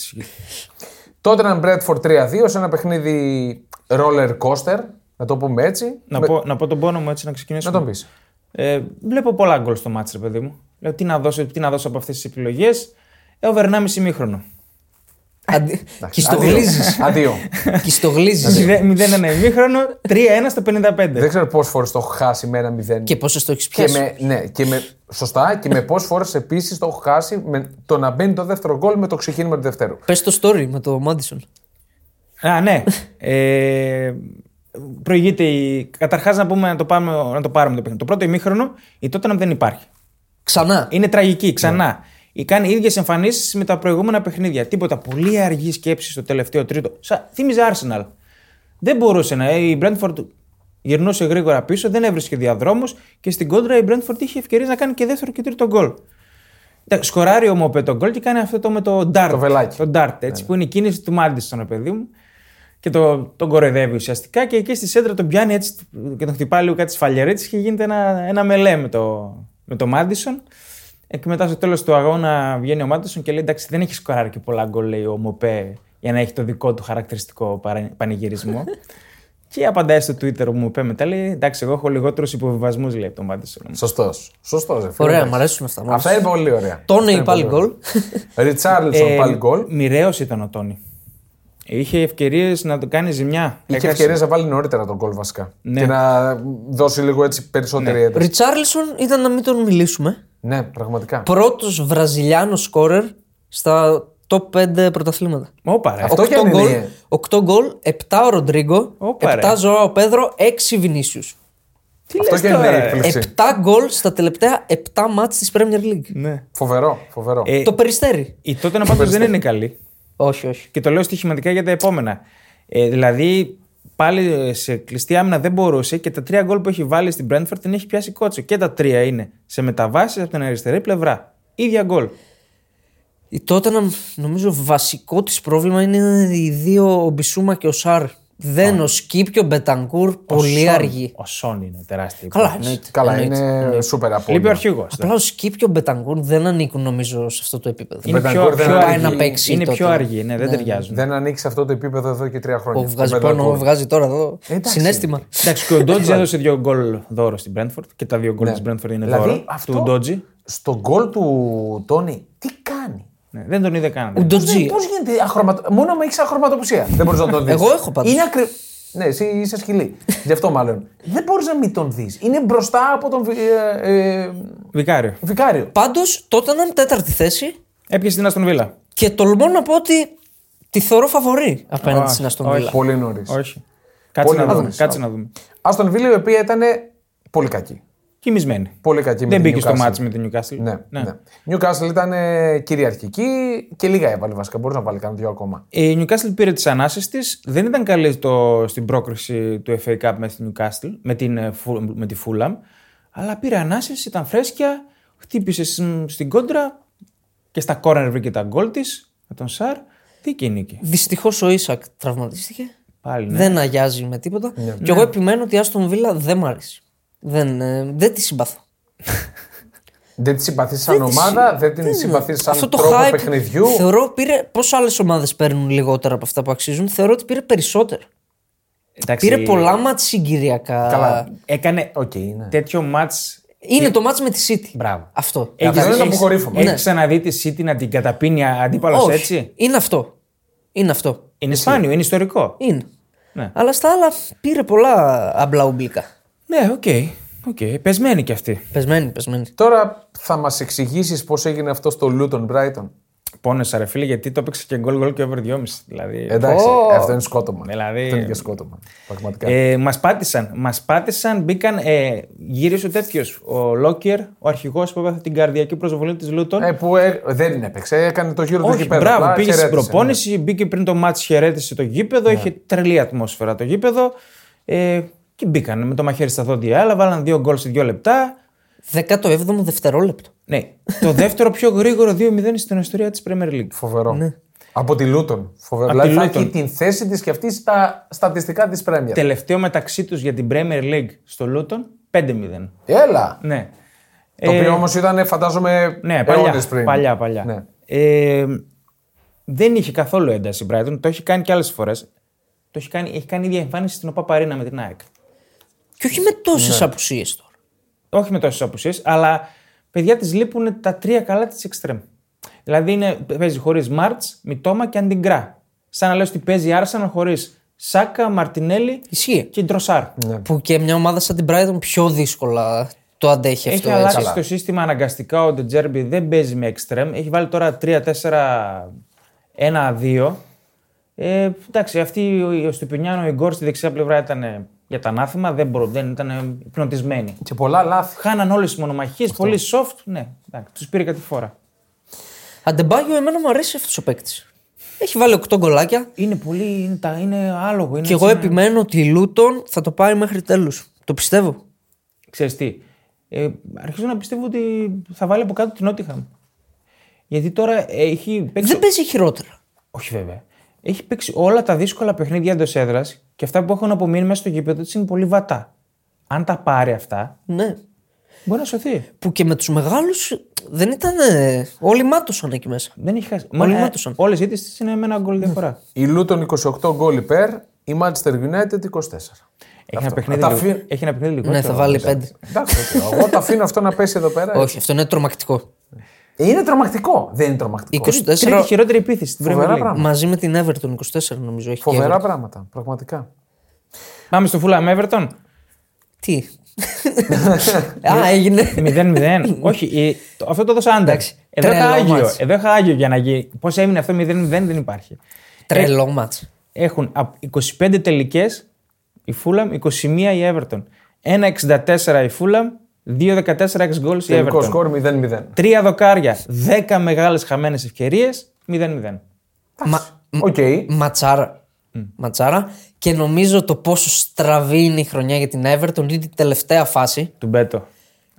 S1: Τότε να Μπρέτφορντ 3-2 σε ένα παιχνίδι roller coaster, να το πούμε έτσι.
S3: να, πω, να πω τον πόνο μου έτσι να ξεκινήσω.
S1: Να τον πεις.
S3: Ε, βλέπω πολλά γκολ στο μάτς, ρε παιδί μου. Λέω τι να δώσω, τι να δώσω από αυτές τις επιλογές. Ε, over 1,5 μήχρονο.
S1: Ε,
S2: Αντι...
S1: Αντίο.
S2: Κιστογλίζεις.
S1: Αντίο.
S2: [laughs] Κιστογλίζεις.
S3: 0-1 μήχρονο, 3-1 στο 55.
S1: Δεν ξέρω πόσες φορές το έχω χάσει με ένα 0.
S2: Και πόσες το έχεις
S1: Και
S2: πιάσει.
S1: με, ναι, και με, σωστά, και με πόσες φορές επίσης το έχω χάσει με το να μπαίνει το δεύτερο γκολ με το ξεκίνημα του δευτέρου.
S2: Πες το story με το Μάντισον.
S3: Α, ναι. Ε, προηγείται η. Καταρχάς να, πούμε να το, πάμε, να το πάρουμε το παιχνίδι. Το πρώτο ημίχρονο η Tottenham δεν υπάρχει.
S2: Ξανά.
S1: Ε,
S3: Είναι τραγική
S1: Ναι.
S3: ξανά. Η κάνει ίδιες εμφανίσεις με τα προηγούμενα παιχνίδια. Τίποτα. Πολύ αργή σκέψη στο τελευταίο τρίτο. Σα... Θύμιζε Arsenal. Δεν μπορούσε να. Η Brentford γυρνούσε γρήγορα πίσω, δεν έβρισκε διαδρόμους και στην κόντρα η Brentford είχε ευκαιρίες να κάνει και δεύτερο και τρίτο γκολ. Τα- Σκοράρει ο Μοπέ τον γκολ και κάνει αυτό το με το Dart.
S1: Το βελάκι.
S3: Το Dart, έτσι,
S1: Ναι.
S3: που είναι η κίνηση του Μάντιστον, ρε παιδί μου. Και το, τον κοροϊδεύει ουσιαστικά και εκεί στη σέντρα τον πιάνει έτσι και τον χτυπάει λίγο κάτι σφαλιαρέτσι και γίνεται ένα, ένα μελέ με το, με το Μάντισον. Ε, Και μετά στο τέλος του αγώνα βγαίνει ο Μάντισον και λέει: Εντάξει, δεν έχει σκοράρει και πολλά γκολ, λέει ο Μοπέ, για να έχει το δικό του χαρακτηριστικό παρα-
S1: [laughs]
S3: πανηγυρισμό. και απαντάει στο Twitter ο Μοπέ μετά: λέει, Εντάξει, εγώ έχω λιγότερους υποβιβασμούς, λέει από τον Μάντισον.
S1: Σωστός. Σωστός.
S2: Ωραία, μου αρέσουν αυτά. μ'
S1: ε, Αυτά
S2: αρέσουν.
S1: είναι πολύ ωραία.
S2: Τόνε η πάλι
S1: [laughs]
S2: γκολ.
S3: Ε,
S1: Ριτσάρλσον πάλι γκολ.
S3: Μοιραίος ήταν ο Τόνι. Είχε ευκαιρίες να το κάνει ζημιά.
S1: Είχε
S3: Έχασε-
S1: ευκαιρία να βάλει νωρίτερα τον γκολ βασικά.
S3: Ναι.
S1: Και να δώσει λίγο έτσι περισσότερη ένταση.
S2: Ριτσάρλισον ήταν να μην τον μιλήσουμε.
S1: Ναι, πραγματικά.
S2: Πρώτος Βραζιλιάνος σκόρερ στα top 5 πρωταθλήματα.
S3: Όπα, ρε.
S1: Αυτό κι αν
S2: 8 γκολ,
S1: είναι.
S2: 8 γκολ, 7 ο Ροντρίγκο,
S3: Όπα, ρε.
S2: 7 Ζωάο Πέδρο, 6 Βινίσιους.
S3: Τι
S1: Αυτό
S3: λες
S1: και είναι
S3: τώρα, ρε.
S1: έκπληξη.
S2: 7 γκολ στα τελευταία 7 μάτς της Premier League.
S3: Ναι.
S1: Φοβερό, φοβερό.
S3: Ε,
S2: Το περιστέρι.
S3: Η τότε να πάντω δεν είναι καλή.
S2: Όχι, όχι.
S3: Και το λέω στοιχηματικά για τα επόμενα. Ε, δηλαδή, πάλι σε κλειστή άμυνα δεν μπορούσε και τα τρία γκολ που έχει βάλει στην Brentford την έχει πιάσει κότσο. Και τα τρία είναι σε μεταβάσεις από την αριστερή πλευρά. ίδια γκολ.
S2: Η Tottenham, Ε, νομίζω, βασικό της πρόβλημα είναι οι δύο, ο Μπισούμα και ο Σάρ. Δεν ο Σκύπ και ο Μπετανκούρ, πολύ
S3: Σον.
S2: αργοί.
S3: Ο Σον είναι τεράστιο.
S2: Καλά, εννοείται.
S1: Καλά,
S2: εννοείται.
S1: είναι σούπερ απόλυτα.
S3: ναι, Λείπει ο ε. αρχηγός.
S2: Απλά ο Σκύπ και ο Μπετανκούρ δεν ανήκουν νομίζω σε αυτό το επίπεδο.
S3: Είναι
S1: Μπετανκούρ
S3: πιο,
S1: δεν
S3: πιο
S1: πάει
S3: αργή.
S1: να
S2: παίξει
S3: Είναι
S2: τότε.
S3: πιο αργή, ναι, δεν ταιριάζουν.
S1: Δεν ανοίξει αυτό το επίπεδο εδώ και τρία χρόνια.
S2: Ο βγάζει
S1: Ο Μπεντακούρ.
S2: πόνο, βγάζει τώρα εδώ.
S1: Εντάξει.
S2: Συνέστημα.
S3: Εντάξει, και ο Ντότζι έδωσε δύο γκολ δώρο στην Brentford και τα δύο γκολ της Brentford είναι
S1: Δηλαδή,
S3: δώρο.
S1: αυτό-
S3: Του Ντότζι.
S1: Στον γκολ του Τόνι, τι κάνει.
S3: Ναι, δεν τον είδε καν.
S2: Ο
S1: Πώ
S2: Ντοτζή.
S1: γίνεται. Αχρωματο... Μόνο με έχεις αχρωματοπουσία. δεν μπορείς να τον δεις.
S2: Εγώ έχω πάντως.
S1: Είναι ακρι... Ναι, εσύ είσαι σκυλή. Γι' αυτό μάλλον. δεν μπορείς να μην τον δεις. Είναι μπροστά από τον. βι- Ε, ε,
S3: Vicário.
S1: Βικάριο.
S2: Πάντως τότε ήταν τέταρτη θέση
S3: Έπιασε την Αστον Βίλα.
S2: και τολμώ να πω ότι τη θεωρώ φαβορή απέναντι
S3: Όχι,
S2: στην Αστον
S3: όχι.
S2: Βίλα.
S1: Πολύ νωρίς.
S3: Όχι. Κάτσε
S1: Πολύ
S3: να δούμε.
S1: νωρίς.
S3: Κάτσε να δούμε.
S1: Άστον Βίλη, η οποία ήταν πολύ κακή.
S3: Κοιμισμένη.
S1: Πολύ κακή με
S3: Δεν
S1: την
S3: μπήκε στο
S1: Newcastle.
S3: μάτι με την Newcastle.
S1: Ναι, ναι. Newcastle ήταν ε, κυριαρχική και λίγα έβαλε βασικά. Μπορεί να βάλει κανένα δυο ακόμα.
S3: Ε, Η Newcastle πήρε τις ανάσει της. Δεν ήταν καλή το, στην πρόκριση του FA Cup με την Newcastle, με, την, ε, Φου- με τη Fulham. Αλλά πήρε ανάσει, ήταν φρέσκια, χτύπησε στην- στην κόντρα και στα corner βρήκε τα γκολ της με τον Σαρ. Τι και νίκη.
S2: Δυστυχώς ο Ισακ τραυματίστηκε.
S3: Πάλι ναι.
S2: Δεν αγιάζει με τίποτα. Και εγώ επιμένω ότι η Αστον Βίλα δεν μ' αρέσει. Δεν, ε, δεν τη συμπαθώ.
S1: Δεν τη συμπαθείς σαν
S2: Δεν της
S1: ομάδα,
S2: συ-
S1: δεν την συμπαθεί
S2: Αυτό
S1: σαν
S2: το
S1: τρόπο
S2: hype
S1: παιχνιδιού.
S2: Θεωρώ πήρε. Πόσο άλλες ομάδες παίρνουν λιγότερα από αυτά που αξίζουν, θεωρώ ότι πήρε περισσότερα.
S3: Εντάξει, ε,
S2: Πήρε πολλά μάτς συγκυριακά.
S1: Καλά.
S3: Έκανε
S1: Οκ, ναι.
S3: τέτοιο μάτς
S2: Είναι το μάτς με τη City.
S3: Μπράβο.
S2: Αυτό.
S1: Έχεις-
S2: Κατάλαβα.
S1: είναι το αποκορύφωμα.
S3: Έχεις
S1: Ναι.
S3: ξαναδεί τη City να την καταπίνει αντίπαλος
S2: Όχι.
S3: έτσι.
S2: Είναι αυτό. Είναι αυτό.
S3: Είναι σπάνιο, είναι ιστορικό.
S2: Είναι.
S3: Ναι.
S2: Αλλά στα άλλα πήρε πολλά αμπλά ουμπλικά.
S3: Ναι, οκ. οκ. Πεσμένη κι αυτή.
S2: Πεσμένη, πεσμένη.
S1: Τώρα θα μας εξηγήσεις πώς έγινε αυτό στο Luton Brighton.
S3: Πόνεσα ρε φίλε γιατί το έπαιξε και γκολ γκολ και over 2,5. Δηλαδή.
S1: Ε, Εντάξει,
S2: Ω.
S1: αυτό είναι σκότωμα.
S3: Δηλαδή-
S1: Αυτό είναι και σκότωμα. Πραγματικά.
S3: Ε, μας πάτησαν. Μας πάτησαν, μπήκαν. Ε, γύρισε ο τέτοιος. Ο Λόκερ, ο αρχηγός που έπαθε την καρδιακή προσβολή της Λούτων.
S1: Ε, που ε, δεν έπαιξε, έκανε το γύρο του εκεί πέρα.
S3: Λοιπόν- μπράβο,
S1: απλά
S3: πήγε στην
S1: χαιρέτησε, ναι.
S3: προπόνηση, μπήκε πριν το μάτς, χαιρέτησε το γήπεδο, είχε τρελή ατμόσφαιρα το γήπεδο. Ε, και μπήκαν με το μαχαίρι στα δόντια άλλα, βάλαν δύο γκολ σε δύο λεπτά.
S2: 17ο δευτερόλεπτο.
S3: Ναι, το δεύτερο πιο γρήγορο 2-0 στην ιστορία της Premier League.
S1: ναι. Φοβερό. Από τη Luton. Φοβερό.
S3: Από τη
S1: Δηλαδή θα
S3: Luton.
S1: έχει την θέση της και αυτή στα στατιστικά της Premier.
S3: Τελευταίο μεταξύ τους για την Premier League στο Luton 5-0.
S1: Έλα.
S3: Ναι.
S1: Το οποίο όμως ήταν, φαντάζομαι,
S3: Ναι,
S1: αιώνες
S3: παλιά.
S1: πριν.
S3: Παλιά, παλιά.
S1: Ναι.
S3: Ε, δεν είχε καθόλου ένταση η Brighton. Το έχει κάνει και άλλες φορές. Το έχει κάνει, έχει κάνει ίδια εμφάνιση στην Οπαπαρίνα με την ΑΕΚ.
S2: Και όχι με τόσες ναι. απουσίες τώρα.
S3: Όχι με τόσες απουσίες, αλλά παιδιά της λείπουν τα τρία καλά της εξτρεμ. Δηλαδή είναι, παίζει χωρίς Μάρτ, Μιτόμα και Αντιγκρά. Σαν να λε ότι παίζει Άρσεν χωρίς Σάκα, Μαρτινέλη
S2: Ισχύει.
S3: και Ντροσάρ.
S1: Ναι.
S2: Που και μια ομάδα σαν την Brighton πιο δύσκολα το αντέχει
S3: Έχει
S2: αυτό. έτσι.
S3: αλλάξει
S1: καλά.
S3: το σύστημα αναγκαστικά. Ο Ντετζέρμπι δεν παίζει με εξτρεμ. Έχει βάλει τώρα 3-4-1-2. Ε, εντάξει, αυτή ο- ο Στουπινιάνο, η Γκόρ στη δεξιά πλευρά ήταν ε, για τα ανάθημα. Δεν, μπορούν, δεν ήταν ε, πνοτισμένοι.
S1: Και πολλά λάθη.
S3: Χάναν όλες τις μονομαχίες, πολύ soft. Ναι, τους πήρε κάτι φορά.
S2: Αντεμπάγιο, εμένα μου αρέσει αυτός ο παίκτης. Έχει βάλει 8 γκολάκια.
S3: Είναι πολύ. Είναι, τα, είναι άλογο. Είναι
S2: Και εγώ επιμένω ότι η Λούτον θα το πάει μέχρι τέλους. Το πιστεύω.
S3: Ξέρεις τι. Ε, αρχίζω να πιστεύω ότι θα βάλει από κάτω την Νότιχαμ. Γιατί τώρα έχει παίξει.
S2: Δεν παίζει χειρότερα.
S3: Όχι βέβαια. Έχει παίξει όλα τα δύσκολα παιχνίδια εντός έδρας και αυτά που έχουν απομείνει μέσα στο γήπεδο της είναι πολύ βατά. Αν τα πάρει αυτά,
S2: Ναι.
S3: μπορεί να σωθεί.
S2: Που και με τους μεγάλους δεν ήταν. ε, Όλοι μάτωσαν εκεί μέσα.
S3: Δεν έχει χάσει.
S2: Όλοι μάτωσαν.
S3: Όλε οι της είναι με ένα γκολ διαφορά.
S1: Η Luton 28 γκολ υπέρ, η Manchester United 24.
S3: Έχει ένα, παιχνίδι
S1: Τα
S3: λίγο-
S1: αφή-
S3: έχει ένα παιχνίδι λιγότερο.
S2: Ναι, θα βάλει 5.
S1: Εντάξει,
S3: [laughs]
S1: οκ, εγώ το αφήνω αυτό να πέσει εδώ πέρα.
S2: Όχι, αυτό είναι τρομακτικό.
S1: Είναι τρομακτικό. Δεν είναι τρομακτικό.
S2: 24
S3: Τρίτη χειρότερη επίθεση στην
S1: Φοβερά
S3: Premier League.
S1: πράγματα.
S2: μαζί με την Everton 24 νομίζω έχει. και
S1: Φοβερά
S2: Everton.
S1: πράγματα, πραγματικά.
S3: Πάμε στο Fulham Everton.
S2: Τι.
S1: [laughs]
S2: Α, έγινε.
S1: Ε,
S3: 0-0.
S2: [laughs]
S3: Όχι, ε, το- αυτό το έδωσα άντα.
S2: Εντάξει,
S3: Εδώ είχα
S2: τρελό
S3: άγιο.
S2: μάτς.
S3: Εδώ είχα άγιο για να γίνει. Πώς έμεινε αυτό 0-0 δεν υπάρχει.
S2: Τρελό μάτς.
S3: Έχουν από 25 τελικές η Fulham, 21 η Everton. 1,64 η Fulham, 2,14 εξ γκολ η
S1: Τελικό
S3: Everton.
S1: σκορ 0-0.
S3: Τρία δοκάρια, 10 μεγάλες χαμένες ευκαιρίες, 0-0.
S2: Μα,
S1: Οκ.
S2: ματσάρα. ματσάρα. Και νομίζω το πόσο στραβή είναι η χρονιά για την Everton είναι την τελευταία φάση.
S3: Του Μπέτο.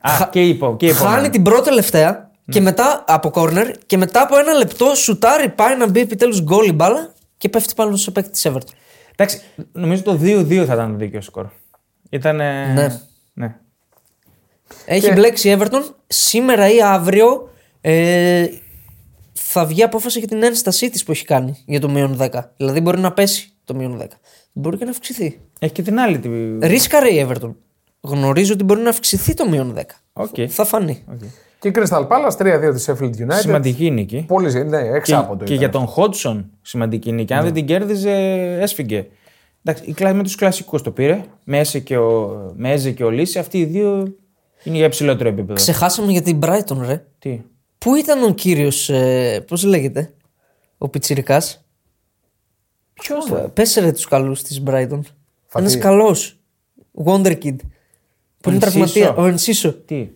S3: Α,
S2: Χα-
S3: και είπα. Και είπα
S2: Χάνει την πρώτη τελευταία και μετά από corner και μετά από ένα λεπτό σουτάρει, πάει να μπει επιτέλους γκολ η μπάλα και πέφτει πάλι στο παίκτη της Everton.
S3: Εντάξει, νομίζω το 2-2 θα ήταν το δίκαιο σκορ. Ήταν.
S2: Ναι.
S3: ναι.
S2: Έχει μπλέξει η Everton. Σήμερα ή αύριο ε, θα βγει απόφαση για την ένστασή της που έχει κάνει για το μείον 10. Δηλαδή μπορεί να πέσει το μείον 10. Μπορεί και να αυξηθεί.
S3: Έχει και την άλλη. Τη...
S2: Ρίσκαρε η Everton. Γνωρίζω ότι μπορεί να αυξηθεί το μείον 10.
S3: Οκ.
S2: Θα φανεί.
S1: Και η Crystal Palace 3-2 της Sheffield United.
S3: Σημαντική νίκη.
S1: Πολύ, ναι,
S3: Και,
S1: εξάποντο. ήταν.
S3: και
S1: Ναι.
S3: για τον Χότσον σημαντική νίκη. Αν δεν την κέρδιζε, έσφυγε. Εντάξει, η κλάση με τους κλασικούς το πήρε. Με Έζε και ο, με Έζε και ο Λύση. Αυτοί οι δύο είναι για υψηλότερο επίπεδο.
S2: Ξεχάσαμε για την Brighton, ρε.
S3: Τι.
S2: Πού ήταν ο κύριος. Ε, Πώς λέγεται. Ο Πιτσυρικά.
S3: Ποιο.
S2: Πέσε ρε τους καλούς της Brighton.
S1: Φατί.
S2: Ένας καλός. Wonder Kid. Που είναι
S3: Ενσίσο.
S2: τραυματία. Ο Ενσίσο.
S3: Τι.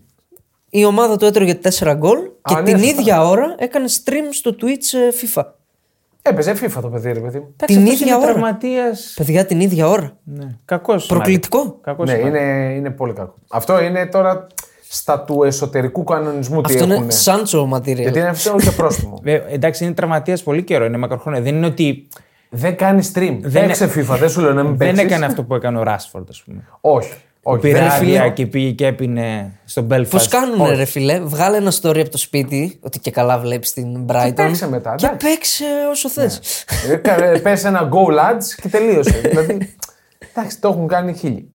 S2: Η ομάδα του έτρωγε 4 γκολ και
S1: ναι,
S2: την
S1: σωστά.
S2: ίδια ώρα έκανε stream στο Twitch ε, FIFA.
S1: Έπαιζε FIFA το παιδί, ρε παιδί μου.
S2: Την ίδια ώρα.
S3: Τραυματίας.
S2: Παιδιά την ίδια ώρα.
S3: Ναι. Κακός.
S2: Προκλητικό.
S3: Κακός.
S1: Ναι, είναι, είναι πολύ κακό. Αυτό είναι τώρα στα του εσωτερικού κανονισμού τι
S2: Αυτό
S1: έχουν.
S2: είναι Σάντσο ματήριος.
S1: Γιατί είναι αυτό και
S3: [laughs]
S1: πρόστιμο.
S3: Ε, εντάξει, είναι τραυματίας πολύ καιρό. Είναι μακροχρόνια. Δεν είναι ότι
S1: δεν κάνει stream. Δεν
S3: Δεν-
S1: έξε FIFA, δεν σου λέω να μην
S3: δεν
S1: παίξεις.
S3: έκανε αυτό που έκανε ο Ράσφορντ, ας πούμε.
S1: Όχι. όχι.
S3: Πήρε
S1: δεν είναι φιλικό.
S3: άδεια και πήγε και έπινε στον Belfast.
S2: Πώ κάνουν, ρε φιλέ, βγάλε ένα story από το σπίτι, ότι και καλά βλέπεις την Brighton.
S1: παίξε μετά,
S2: Και
S1: εντάξει. Ναι.
S2: παίξε όσο θε.
S1: Έκανε- Ε, Πες ένα go lads και
S3: [laughs]
S1: τελείωσε. δηλαδή, εντάξει, το έχουν κάνει χίλιοι.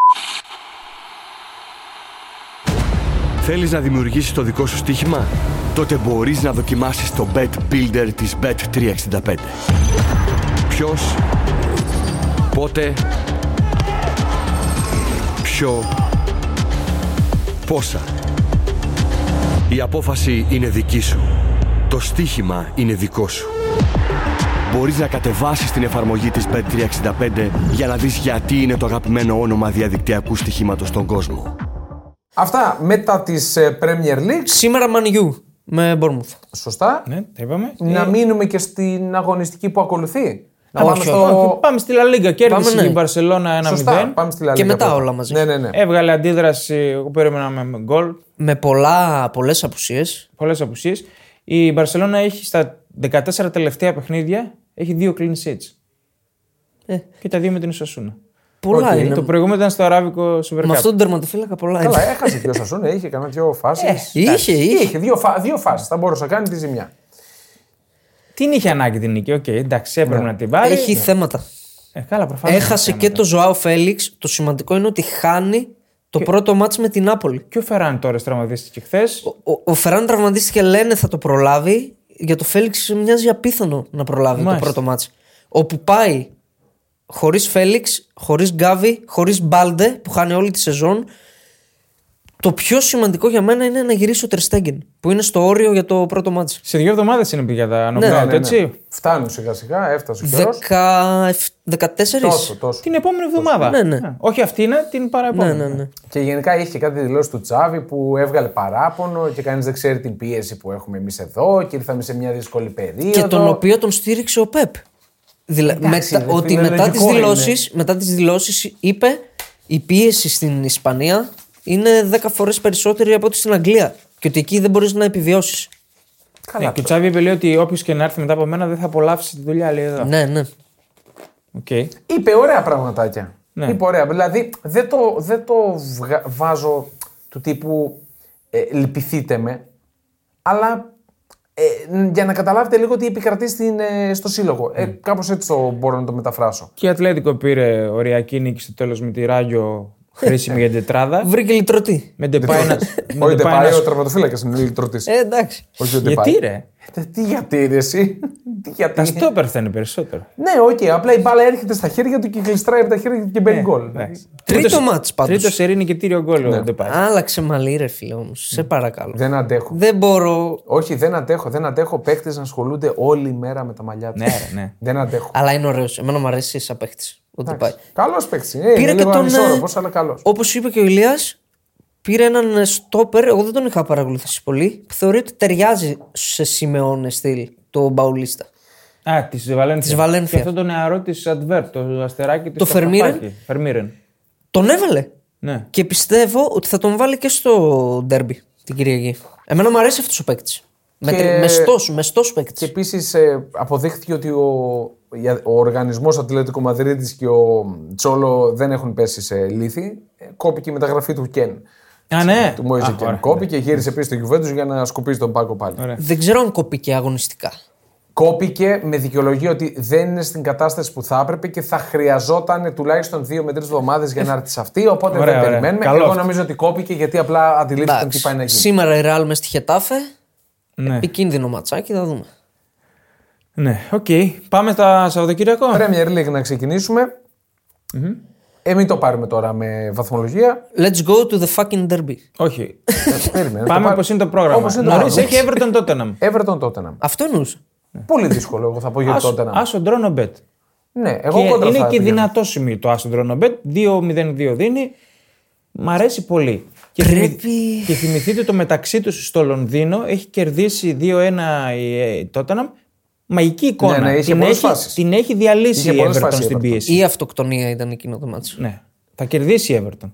S4: Θέλεις να δημιουργήσεις το δικό σου στοίχημα? Τότε μπορείς να δοκιμάσεις το Bet Builder της Bet365. Ποιος, πότε, ποιο, πόσα. Η απόφαση είναι δική σου. Το στοίχημα είναι δικό σου. Μπορείς να κατεβάσεις την εφαρμογή της Bet365 για να δεις γιατί είναι το αγαπημένο όνομα διαδικτυακού στοιχήματος στον κόσμο.
S1: Αυτά μετά τη Premier League.
S2: Σήμερα Μανιού με Bournemouth.
S1: Σωστά.
S3: Ναι, τα είπαμε.
S1: Να μείνουμε και στην αγωνιστική που ακολουθεί. Να
S2: Όχι,
S1: πάμε
S2: όχι.
S1: στο.
S3: Όχι, πάμε στη Λα Λίγκα. Κέρδισε
S2: Πάμε, ναι.
S3: η Μπαρσελόνα 1-0.
S1: Σωστά. Πάμε στη Λα
S2: Και
S1: Λίγκα
S2: μετά
S1: πρώτα.
S2: όλα μαζί.
S1: Ναι, ναι, ναι.
S3: Έβγαλε αντίδραση. Εγώ περίμενα με γκολ.
S2: Με πολλά, πολλές απουσίες.
S3: Πολλές απουσίες. Η Μπαρσελόνα έχει στα 14 τελευταία παιχνίδια έχει δύο clean sheets.
S2: Ε.
S3: Και τα δύο με την Ισοσούνα.
S2: Πολλά είναι.
S3: Το προηγούμενο ήταν στο αράβικο Super Cup.
S2: Με αυτόν τον τερματοφύλακα πολλά
S1: Καλά,
S2: είναι.
S1: έχασε και ο Σασούνε, είχε κανένα δύο φάσεις.
S2: Είχε, Ε, είχε.
S1: Είχε δύο, φα... δύο φάσεις. Θα μπορούσε να κάνει τη ζημιά.
S3: Την είχε ανάγκη την νίκη. Οκ, εντάξει, έπρεπε να την πάρει.
S2: Ναι. Έχει θέματα.
S3: Ε, καλά, προφανώς.
S2: Έχασε
S3: Θέματα.
S2: και το Ζωάο Φέληξ. Το σημαντικό είναι ότι χάνει το πρώτο μάτς με την Νάπολη.
S3: Και ο Φεράν τώρα τραυματίστηκε χθες.
S2: Ο, ο Φεράν τραυματίστηκε, λένε θα το προλάβει. Για το Φέληξ μοιάζει απίθανο να προλάβει
S3: Μάλιστα.
S2: το πρώτο μάτς. Όπου πάει χωρίς Φέληξ, χωρίς Γκάβι, χωρίς Μπάλντε που χάνει όλη τη σεζόν. Το πιο σημαντικό για μένα είναι να γυρίσει ο Τερστέγγεν που είναι στο όριο για το πρώτο μάτς.
S3: Σε δύο εβδομάδες είναι για τα νοκάουτ,
S1: Ναι, ναι, ναι.
S3: έτσι.
S1: Φτάνουν σιγά σιγά, έφτασε ο καιρός.
S2: Δεκα... 14.
S1: Τόσο, τόσο.
S3: Την επόμενη εβδομάδα.
S2: Ναι, ναι.
S3: Α, όχι αυτή είναι, την παραεπόμενη.
S2: Ναι, ναι.
S1: Και γενικά είχε και κάτι δηλώσεις του Τσάβη που έβγαλε παράπονο και κανείς δεν ξέρει την πίεση που έχουμε εμείς εδώ και ήρθαμε σε μια δύσκολη περίοδο.
S2: και τον οποίο τον στήριξε ο Πεπ. Δηλα...
S1: Εντάξει,
S2: μετα...
S1: ρε
S2: ότι
S1: φίλε,
S2: μετά τις,
S1: λογικό είναι.
S2: δηλώσεις, μετά τις δηλώσεις είπε η πίεση στην Ισπανία είναι 10 φορές περισσότερη από ό,τι στην Αγγλία και ότι εκεί δεν μπορείς να επιβιώσεις.
S1: Καλά.
S3: Ε, και ο Τσάβη είπε λέει ότι όποιος και να έρθει μετά από μένα δεν θα απολαύσει τη δουλειά, λέει εδώ.
S2: Ναι, ναι.
S3: Οκ.
S1: Είπε ωραία πραγματάκια.
S3: Ναι.
S1: Είπε ωραία. Δηλαδή δεν το, δεν το βγα- βάζω του τύπου ε, λυπηθείτε με, αλλά ε, για να καταλάβετε λίγο τι επικρατεί στην, ε, στο σύλλογο.
S3: Mm.
S1: Ε, Κάπως έτσι το μπορώ να το μεταφράσω.
S3: Και η Ατλέτικο πήρε ωριακή νίκη στο τέλος με τη Ράγιο χρήσιμη για την τετράδα.
S2: Βρήκε λιτρωτή.
S3: με Ντεπάι να. με
S1: Όχι,
S3: Ντεπάι
S1: πάει
S3: να-
S1: ο τραυματοφύλακα είναι ηλεκτρωτή.
S2: Ε, εντάξει.
S1: Όχι, ο Ντεπάι.
S3: Γιατί ρε.
S1: Ε, Τι γιατί ρε, εσύ. [laughs] Τι
S3: Τα
S1: γιατί.
S3: στόπερ θα είναι περισσότερο.
S1: Ναι, οκ, απλά η μπάλα έρχεται στα χέρια του και κλειστράει από τα χέρια του και
S3: Ναι,
S1: μπαίνει γκολ.
S2: Τρίτο μάτς πάντως.
S3: Τρίτος σερή νικητήριο γκολ
S1: Ναι.
S3: ο Ντεπάι.
S2: Άλλαξε μαλλί ρε φίλε όμως. Σε παρακαλώ.
S1: Δεν αντέχω.
S2: Δεν μπορώ...
S1: Όχι, δεν αντέχω. Δεν αντέχω παίχτε να ασχολούνται όλη μέρα με τα μαλλιά τους.
S3: Ναι, ρε, ναι.
S1: Δεν αντέχω.
S2: Αλλά είναι ωραίος. Εμένα μου αρέσει σαν παίχτης. ο Ντεπάι.
S1: Καλό παίχτη. Ε,
S2: Πήρε
S1: είναι
S2: και
S1: λίγο
S2: τον,
S1: ανισόρροπος,
S2: ε,
S1: αλλά καλός.
S2: Όπως είπε και ο Ηλίας, πήρε έναν ε, στόπερ. Εγώ δεν τον είχα παρακολουθήσει πολύ. Θεωρεί ότι ταιριάζει σε σημεώνε στυλ το Μπαουλίστα.
S3: Α, της Βαλένθια.
S2: Της Βαλένθια.
S3: Και αυτό το νεαρό της Advert, το αστεράκι της.
S2: Το Φερμίρεν.
S3: Φερμίρεν.
S2: Τον έβαλε.
S3: Ναι.
S2: Και πιστεύω ότι θα τον βάλει και στο ντέρμπι την Κυριακή. Εμένα μου αρέσει αυτός ο παίκτης.
S1: Και-
S2: Μεστός, μεστός
S1: Και
S2: παίκτη.
S1: επίση αποδείχθηκε ότι ο, για- ο οργανισμός Ατλέτικο Μαδρίτης και ο Τσόλο δεν έχουν πέσει σε λύθη. Ε, Κόπηκε η μεταγραφή του Κεν.
S3: Α, ναι.
S1: Του Μόιζε
S3: Α,
S1: Κεν.
S3: ωραία.
S1: Κόπηκε, γύρισε πίσω στο Γιουβέντους για να σκουπίσει τον πάγκο πάλι.
S3: Ωραία.
S2: Δεν ξέρω αν κοπήκε αγωνιστικά.
S1: Κόπηκε με δικαιολογία ότι δεν είναι στην κατάσταση που θα έπρεπε και θα χρειαζόταν τουλάχιστον δύο με τρεις εβδομάδες για να έρθει σε αυτή. Οπότε
S3: Ωραία,
S1: δεν
S3: ωραία.
S1: περιμένουμε.
S3: Καλός
S1: Εγώ
S3: αυτό.
S1: νομίζω ότι κόπηκε γιατί απλά αντιλήφθηκαν τι
S2: Εντάξει.
S1: πάει να γίνει.
S2: Σήμερα η Ρεάλ με στη Χετάφε.
S3: Ναι.
S2: Επικίνδυνο ματσάκι, θα δούμε.
S3: Ναι, οκ. Πάμε στα Σαββατοκύριακο.
S1: Premier League να ξεκινησουμε Ε, μην το πάρουμε τώρα με βαθμολογία.
S2: Let's go to the fucking derby.
S1: [laughs]
S3: Όχι.
S1: Ε, Περίμενε. να το
S3: Πάμε
S1: πάρουμε.
S3: όπως είναι το πρόγραμμα.
S1: Όπως είναι το
S3: Νωρίς
S1: πρόγραμμα.
S3: έχει Everton Tottenham.
S1: Everton Tottenham.
S2: Αυτό εννοούσε.
S1: Πολύ δύσκολο, εγώ θα πω για το
S3: Άσο-
S1: Tottenham.
S3: Άσο Ντρόνο Μπετ.
S1: Ναι, εγώ
S3: Και
S1: κόντρα
S3: είναι
S1: θα
S3: και
S1: πήγαινα.
S3: δυνατό σημείο το Άστον Τρονομπέτ. 2-0-2 δίνει. Μ' αρέσει πολύ. Και,
S2: Πρέπει-
S3: και θυμηθείτε το μεταξύ τους στο Λονδίνο έχει κερδίσει 2-1 η, ε, η Τόταναμ. Μαγική εικόνα.
S1: Ναι, ναι, είχε
S3: την,
S1: πολλές
S3: έχει,
S1: φάσεις.
S3: την έχει διαλύσει
S1: Είχε
S3: η
S1: πολλές
S3: Everton
S1: φάσεις η
S3: στην
S1: Everton.
S3: πίεση.
S2: Η αυτοκτονία ήταν εκείνο το μάτσο.
S3: Ναι. Θα κερδίσει η Everton.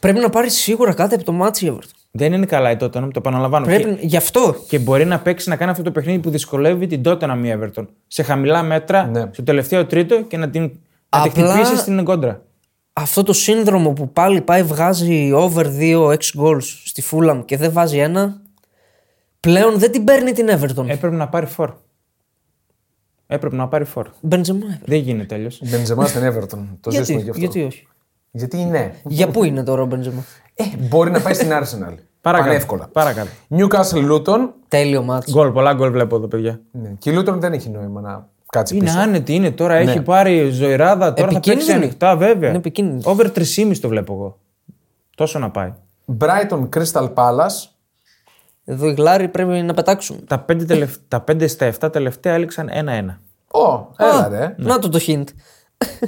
S2: Πρέπει να πάρει σίγουρα κάτι από το μάτσο η Everton.
S3: Δεν είναι καλά η Tottenham, το επαναλαμβάνω. Και,
S2: Πρέπει... Γι' αυτό.
S3: και μπορεί να παίξει να κάνει αυτό το παιχνίδι που δυσκολεύει την Tottenham η Everton. Σε χαμηλά μέτρα,
S1: Ναι.
S3: στο τελευταίο τρίτο και να την, να τη
S2: Απλά-
S3: χτυπήσει στην κόντρα.
S2: Αυτό το σύνδρομο που πάλι πάει βγάζει over 2 6 goals στη Fulham και δεν βάζει ένα. Πλέον δεν την παίρνει την Everton.
S1: Ε,
S3: Έπρεπε να πάρει φορ. Έπρεπε να πάρει φορ.
S2: Μπεντζεμά.
S3: Δεν γίνεται αλλιώς.
S1: Μπενζεμά στην Everton. Το
S2: ε, Γιατί,
S1: ζήσουμε γι' αυτό.
S2: γιατί όχι.
S1: Γιατί είναι.
S2: Για πού είναι τώρα ο Μπεντζεμά.
S1: Ε, μπορεί να πάει στην Arsenal.
S3: Παρακάτω.
S1: Πανεύκολα.
S3: Παρακάτω.
S1: Newcastle Luton.
S2: Τέλειο μάτσο.
S3: Γκολ, πολλά γκολ βλέπω εδώ, παιδιά.
S1: Ναι. Και η Luton δεν έχει νόημα να κάτσει
S3: Είναι
S1: πίσω.
S3: άνετη, είναι τώρα, έχει πάρει ζωηράδα, τώρα θα
S2: Επικίνδυνη.
S3: παίξει ανοιχτά, βέβαια.
S2: Είναι επικίνδυνη.
S3: Over 3,5 το βλέπω εγώ. Τόσο να πάει.
S1: Brighton Crystal Palace.
S2: Εδώ οι γλάροι πρέπει να πετάξουν.
S3: Τα 5, τελευ... τα 5 στα 7 τελευταία έληξαν 1-1.
S1: Ω,
S2: Α,
S1: έλα ρε.
S2: Να το το hint.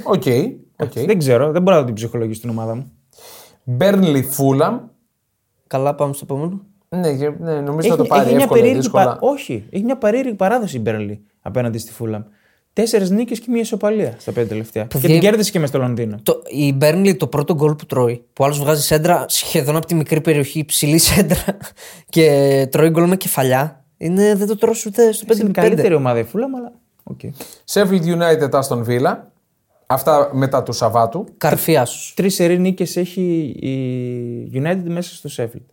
S1: Οκ. οκ.
S3: Δεν ξέρω, δεν μπορώ να την ψυχολογήσω στην ομάδα μου.
S1: Burnley Fulham.
S2: Καλά, πάμε στο επόμενο.
S1: Ναι, και- ναι, νομίζω θα το πάρει εύκολα ή δύσκολα.
S3: πα... Όχι, έχει μια περίεργη παράδοση η Μπέρλι απέναντι στη Φούλαμ. Τέσσερις νίκες και μια ισοπαλία στα πέντε τελευταία. Και την
S2: βγαίνει-
S3: κέρδισε και μες στο Λονδίνο.
S2: Το, η Μπέρνλι το πρώτο γκολ που τρώει, που άλλος βγάζει σέντρα σχεδόν από τη μικρή περιοχή, ψηλή σέντρα [laughs] και τρώει γκολ με κεφαλιά. Είναι, δεν το τρως ούτε στο 5
S3: Είναι
S2: 5
S3: η καλύτερη ομάδα η Φούλαμ, αλλά. Okay.
S1: Sheffield United Aston Villa. Αυτά μετά του Σαββάτου.
S2: Καρφιά σου.
S3: Τρεις σερή νίκες έχει η United μέσα στο Sheffield.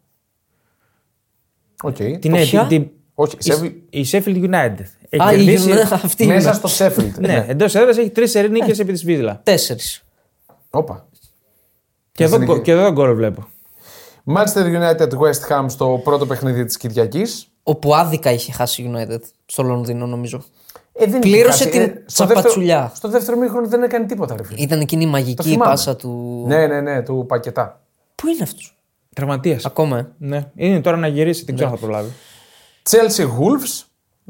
S1: Οκ.
S3: Την
S2: Το
S3: ναι,
S2: ποια?
S3: την, την-
S1: Όχι, Sheffield-
S3: η Sheffield United. Έχει
S2: Α, η
S3: κερδίσει-
S2: Γιουνά, [laughs] αυτή
S1: Μέσα
S2: είναι.
S1: στο Sheffield.
S3: [laughs] Ναι, εντός έδρας έχει τρεις σερή
S2: Ε.
S3: νίκε επί της Βίδλα.
S2: Τέσσερις.
S1: Όπα.
S3: Και εδώ,
S1: στην
S3: γκο-
S1: νίκη.
S3: και εδώ γκολ βλέπω.
S1: Manchester United West Ham στο πρώτο παιχνίδι της Κυριακής.
S2: Όπου άδικα είχε χάσει η United στο Λονδίνο, νομίζω.
S1: Ε, δεν
S2: Πλήρωσε
S1: είχε κάτι.
S2: την
S1: στο δεύτερο-
S2: τσαπατσουλιά.
S1: Στο δεύτερο μήχρονο δεν έκανε τίποτα, ρε φίλε.
S2: Ήταν εκείνη η
S1: Το
S2: μαγική
S1: θυμάμαι.
S2: πάσα του.
S1: Ναι, ναι, ναι, του πακετά.
S2: Πού είναι αυτός.
S3: Τραυματίας.
S2: Ακόμα. ε.
S3: Ναι. Είναι τώρα να γυρίσει,
S2: Ναι.
S3: δεν ξέρω αν θα προλάβει.
S1: Chelsea Wolves.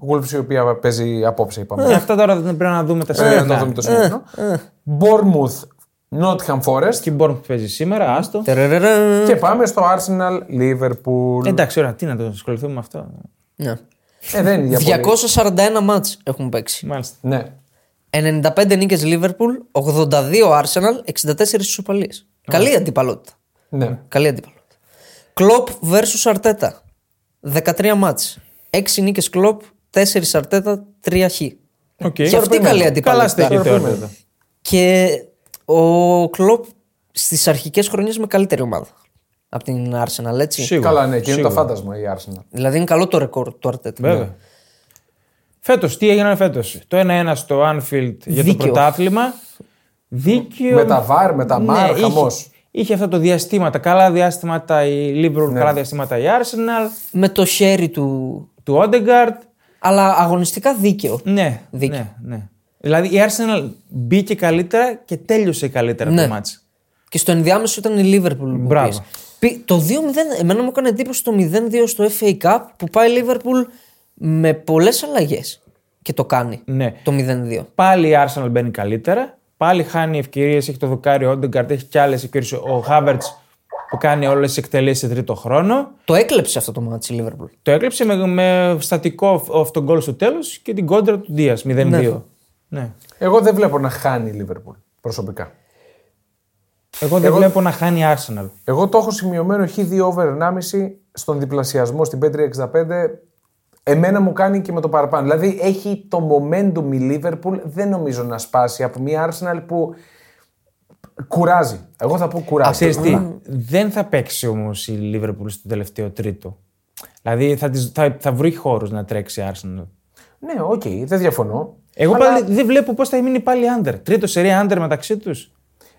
S1: Wolves η οποία παίζει απόψε, είπαμε.
S3: Ε, Αυτά τώρα δεν πρέπει να δούμε τα
S1: Ε, να
S3: σημερινά.
S1: δούμε το σημερινό. Bournemouth Nottingham Forest.
S3: Και η Bournemouth παίζει σήμερα, άστο.
S2: Τερερερε.
S1: Και πάμε στο Arsenal Liverpool.
S3: Ε, Εντάξει, ωραία, τι να το ασχοληθούμε με αυτό.
S2: Ναι.
S1: Ε, δεν είναι για πολύ.
S2: 241 μάτς έχουν παίξει.
S3: Μάλιστα.
S1: Ναι.
S2: 95 νίκες Liverpool, 82 Arsenal, 64 ισοπαλίες. Καλή αντιπαλότητα.
S1: ναι.
S2: Καλή αντιπαλότητα. Κλόπ vs Arteta. 13 μάτς. 6 νίκες Κλόπ, 4 Arteta, 3 Χ.
S3: Οκ.
S2: Και αυτή καλή
S3: Καλά
S2: αντιπαλότητα.
S3: στέκεται
S1: Ωραία.
S3: όλα εδώ.
S2: Και ο Κλόπ στις αρχικές χρονιές με καλύτερη ομάδα από την Arsenal, έτσι.
S3: Σίγουρα.
S1: Καλά, ναι, και είναι το
S3: Σίγουρα.
S1: φάντασμα η Arsenal.
S2: Δηλαδή είναι καλό το ρεκόρ του Arteta. ναι.
S3: Βέβαια. Φέτος, Ναι. τι έγινε φέτος. Το 1-1 στο Anfield για το
S2: Δίκαιο.
S3: πρωτάθλημα. Δίκαιο. Ναι,
S1: Με τα VAR, με τα MAR,
S3: είχε-
S1: χαμός.
S3: Είχε αυτά τα διαστήματα. Καλά διαστήματα η Liverpool,
S1: Ναι.
S3: καλά διαστήματα η Arsenal,
S2: Με το χέρι του.
S3: του Odegaard.
S2: Αλλά αγωνιστικά δίκαιο.
S3: Ναι,
S2: Δίκαιο.
S3: ναι, ναι. Δηλαδή η Arsenal μπήκε καλύτερα και τέλειωσε καλύτερα
S1: Ναι.
S3: το μάτς.
S2: Και στο ενδιάμεσο ήταν η Λίβερπουλ. που
S3: Μπράβο.
S2: πίεσε. Πι- Το 2-0, εμένα μου έκανε εντύπωση το 0-2 στο FA Cup που πάει η Λίβερπουλ με πολλές αλλαγές. Και το κάνει
S3: Ναι.
S2: το 0-2.
S3: Πάλι η Arsenal μπαίνει καλύτερα. Πάλι χάνει ευκαιρίες, έχει το δοκάρι ο Όντεγκαρτ, έχει κι άλλες ευκαιρίες. Ο Χάβερτ που κάνει όλες τις εκτελέσεις σε τρίτο χρόνο.
S2: Το έκλεψε αυτό το μάτι η Λίβερπουλ.
S3: Το έκλεψε με, με στατικό αυτογκόλ στο τέλος και την κόντρα του Δία 0-2. Ναι.
S1: Εγώ δεν βλέπω να χάνει η Λίβερπουλ προσωπικά.
S3: Εγώ δεν
S1: Εγώ-
S3: βλέπω να χάνει η Arsenal.
S1: Εγώ το έχω σημειωμένο χ2 over 1,5 στον διπλασιασμό στην P365. Εμένα μου κάνει και με το παραπάνω. Δηλαδή έχει το momentum η Liverpool, δεν νομίζω να σπάσει από μια Arsenal που κουράζει. Εγώ θα πω κουράζει.
S3: Ξέρεις
S2: Ναι.
S3: τι, δεν θα παίξει όμως η Λίβερπουλ στο τελευταίο τρίτο. Δηλαδή θα, της- θα, θα βρει χώρους να τρέξει η Arsenal.
S1: Ναι, οκ, δεν διαφωνώ.
S3: Εγώ
S1: Αλλά-
S3: πάλι δεν βλέπω πώς θα μείνει πάλι under. Τρίτο σερία under μεταξύ τους.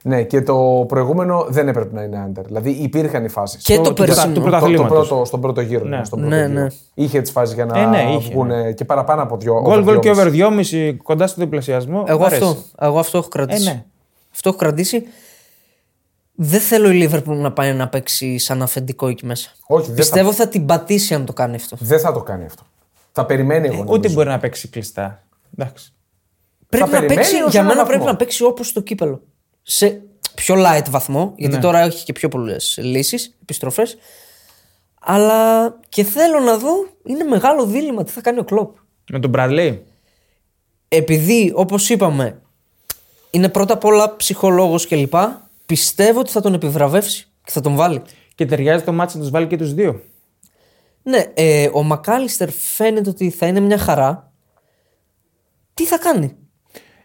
S1: Ναι, και το προηγούμενο δεν έπρεπε να είναι under. Δηλαδή υπήρχαν οι φάσεις.
S2: Και το
S3: πρωτά-
S2: περσινό.
S3: του
S1: Το, το
S3: πρωταθλήματος.
S1: πρώτο, στον πρώτο γύρο. Ναι, στον πρώτο
S2: Ναι,
S1: γύρο.
S2: ναι.
S1: Είχε τις φάσεις για να
S3: Ε, ναι, είχε,
S1: βγουν και παραπάνω από δύο.
S3: Γκολ, γκολ και
S1: δυόμιση.
S3: over 2,5 κοντά στο διπλασιασμό. Μ'
S2: Εγώ
S3: αρέσει.
S2: αυτό, εγώ αυτό έχω κρατήσει.
S3: Ε, ναι.
S2: Αυτό έχω κρατήσει. Δεν θέλω η Liverpool να πάει να παίξει σαν αφεντικό εκεί μέσα.
S1: Όχι, δεν θα,
S2: Πιστεύω θα την πατήσει αν το κάνει αυτό.
S1: δεν θα το κάνει αυτό. Θα περιμένει εγώ.
S3: Ε, Ούτε
S1: νομίζω.
S3: μπορεί να παίξει κλειστά. Εντάξει.
S2: Πρέπει να
S1: περιμένει
S2: παίξει,
S1: ως
S2: για
S1: έναν
S2: μένα
S1: βαθμό.
S2: πρέπει να παίξει όπως το κύπελο. Σε πιο light βαθμό,
S1: Ναι.
S2: γιατί τώρα έχει και πιο πολλές λύσεις, επιστροφές. Αλλά και θέλω να δω, είναι μεγάλο δίλημα τι θα κάνει ο Κλοπ.
S3: Με τον Bradley.
S2: Επειδή, όπως είπαμε, είναι πρώτα απ' όλα ψυχολόγος κλπ. Πιστεύω ότι θα τον επιβραβεύσει και θα τον βάλει.
S3: Και ταιριάζει το μάτς να τους βάλει και τους δύο.
S2: Ναι, ε, ο Μακάλιστερ φαίνεται ότι θα είναι μια χαρά. Τι θα κάνει.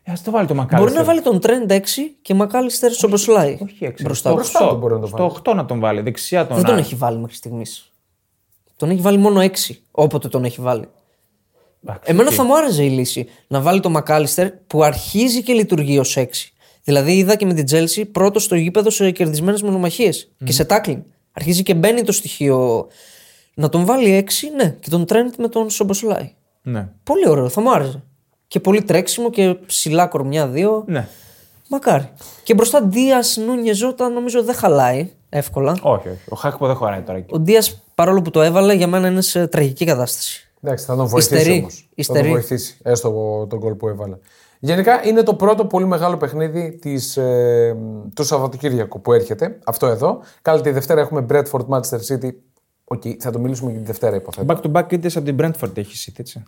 S3: Ε, ας το βάλει το Μακάλιστερ.
S2: Μπορεί να βάλει τον Τρέντ 6 και Μακάλιστερ στο Μποσλάι.
S3: Όχι έξω.
S2: Μπροστά.
S1: Μπροστά του μπορεί να το βάλει.
S3: Στο 8 να τον βάλει. Δεξιά τον.
S2: Δεν τον
S3: να-
S2: έχει βάλει μέχρι στιγμής. Τον έχει βάλει μόνο 6 όποτε τον έχει βάλει.
S3: Εντάξει,
S2: Εμένα
S3: οκ.
S2: θα μου άρεσε η λύση να βάλει τον Μακάλιστερ που αρχίζει και λειτουργεί ως 6. Δηλαδή είδα και με την Τζέλση πρώτος στο γήπεδο σε κερδισμένες μονομαχίες και σε τάκλιν. Αρχίζει και μπαίνει το στοιχείο. Να τον βάλει 6, ναι, και τον Τρέντ με τον Σομποσλάι.
S3: Ναι.
S2: Πολύ ωραίο, θα μου άρεσε. Και πολύ τρέξιμο και ψηλά κορμιά-δύο.
S3: ναι.
S2: Μακάρι. Και μπροστά Δίας Νούνιε Ζώτα νομίζω δεν χαλάει εύκολα.
S3: Όχι, όχι. Ο Χάκπο δεν χωράει τώρα εκεί.
S2: Ο Δίας, παρόλο που το έβαλε, για μένα είναι σε τραγική κατάσταση.
S1: Εντάξει, θα τον βοηθήσει
S2: Ιστερεί.
S1: όμως. Θα τον
S2: Ιστερεί.
S1: βοηθήσει, έστω τον κόλ που έβαλε. Γενικά είναι το πρώτο πολύ μεγάλο παιχνίδι της, ε, του Σαββατοκύριακου που έρχεται. Αυτό εδώ. Καλά, τη Δευτέρα έχουμε Bradford Manchester City. Οκ, θα το μιλήσουμε και τη Δευτέρα, υποθέτω.
S3: Back to back είτε από την Brentford έχεις City, έτσι.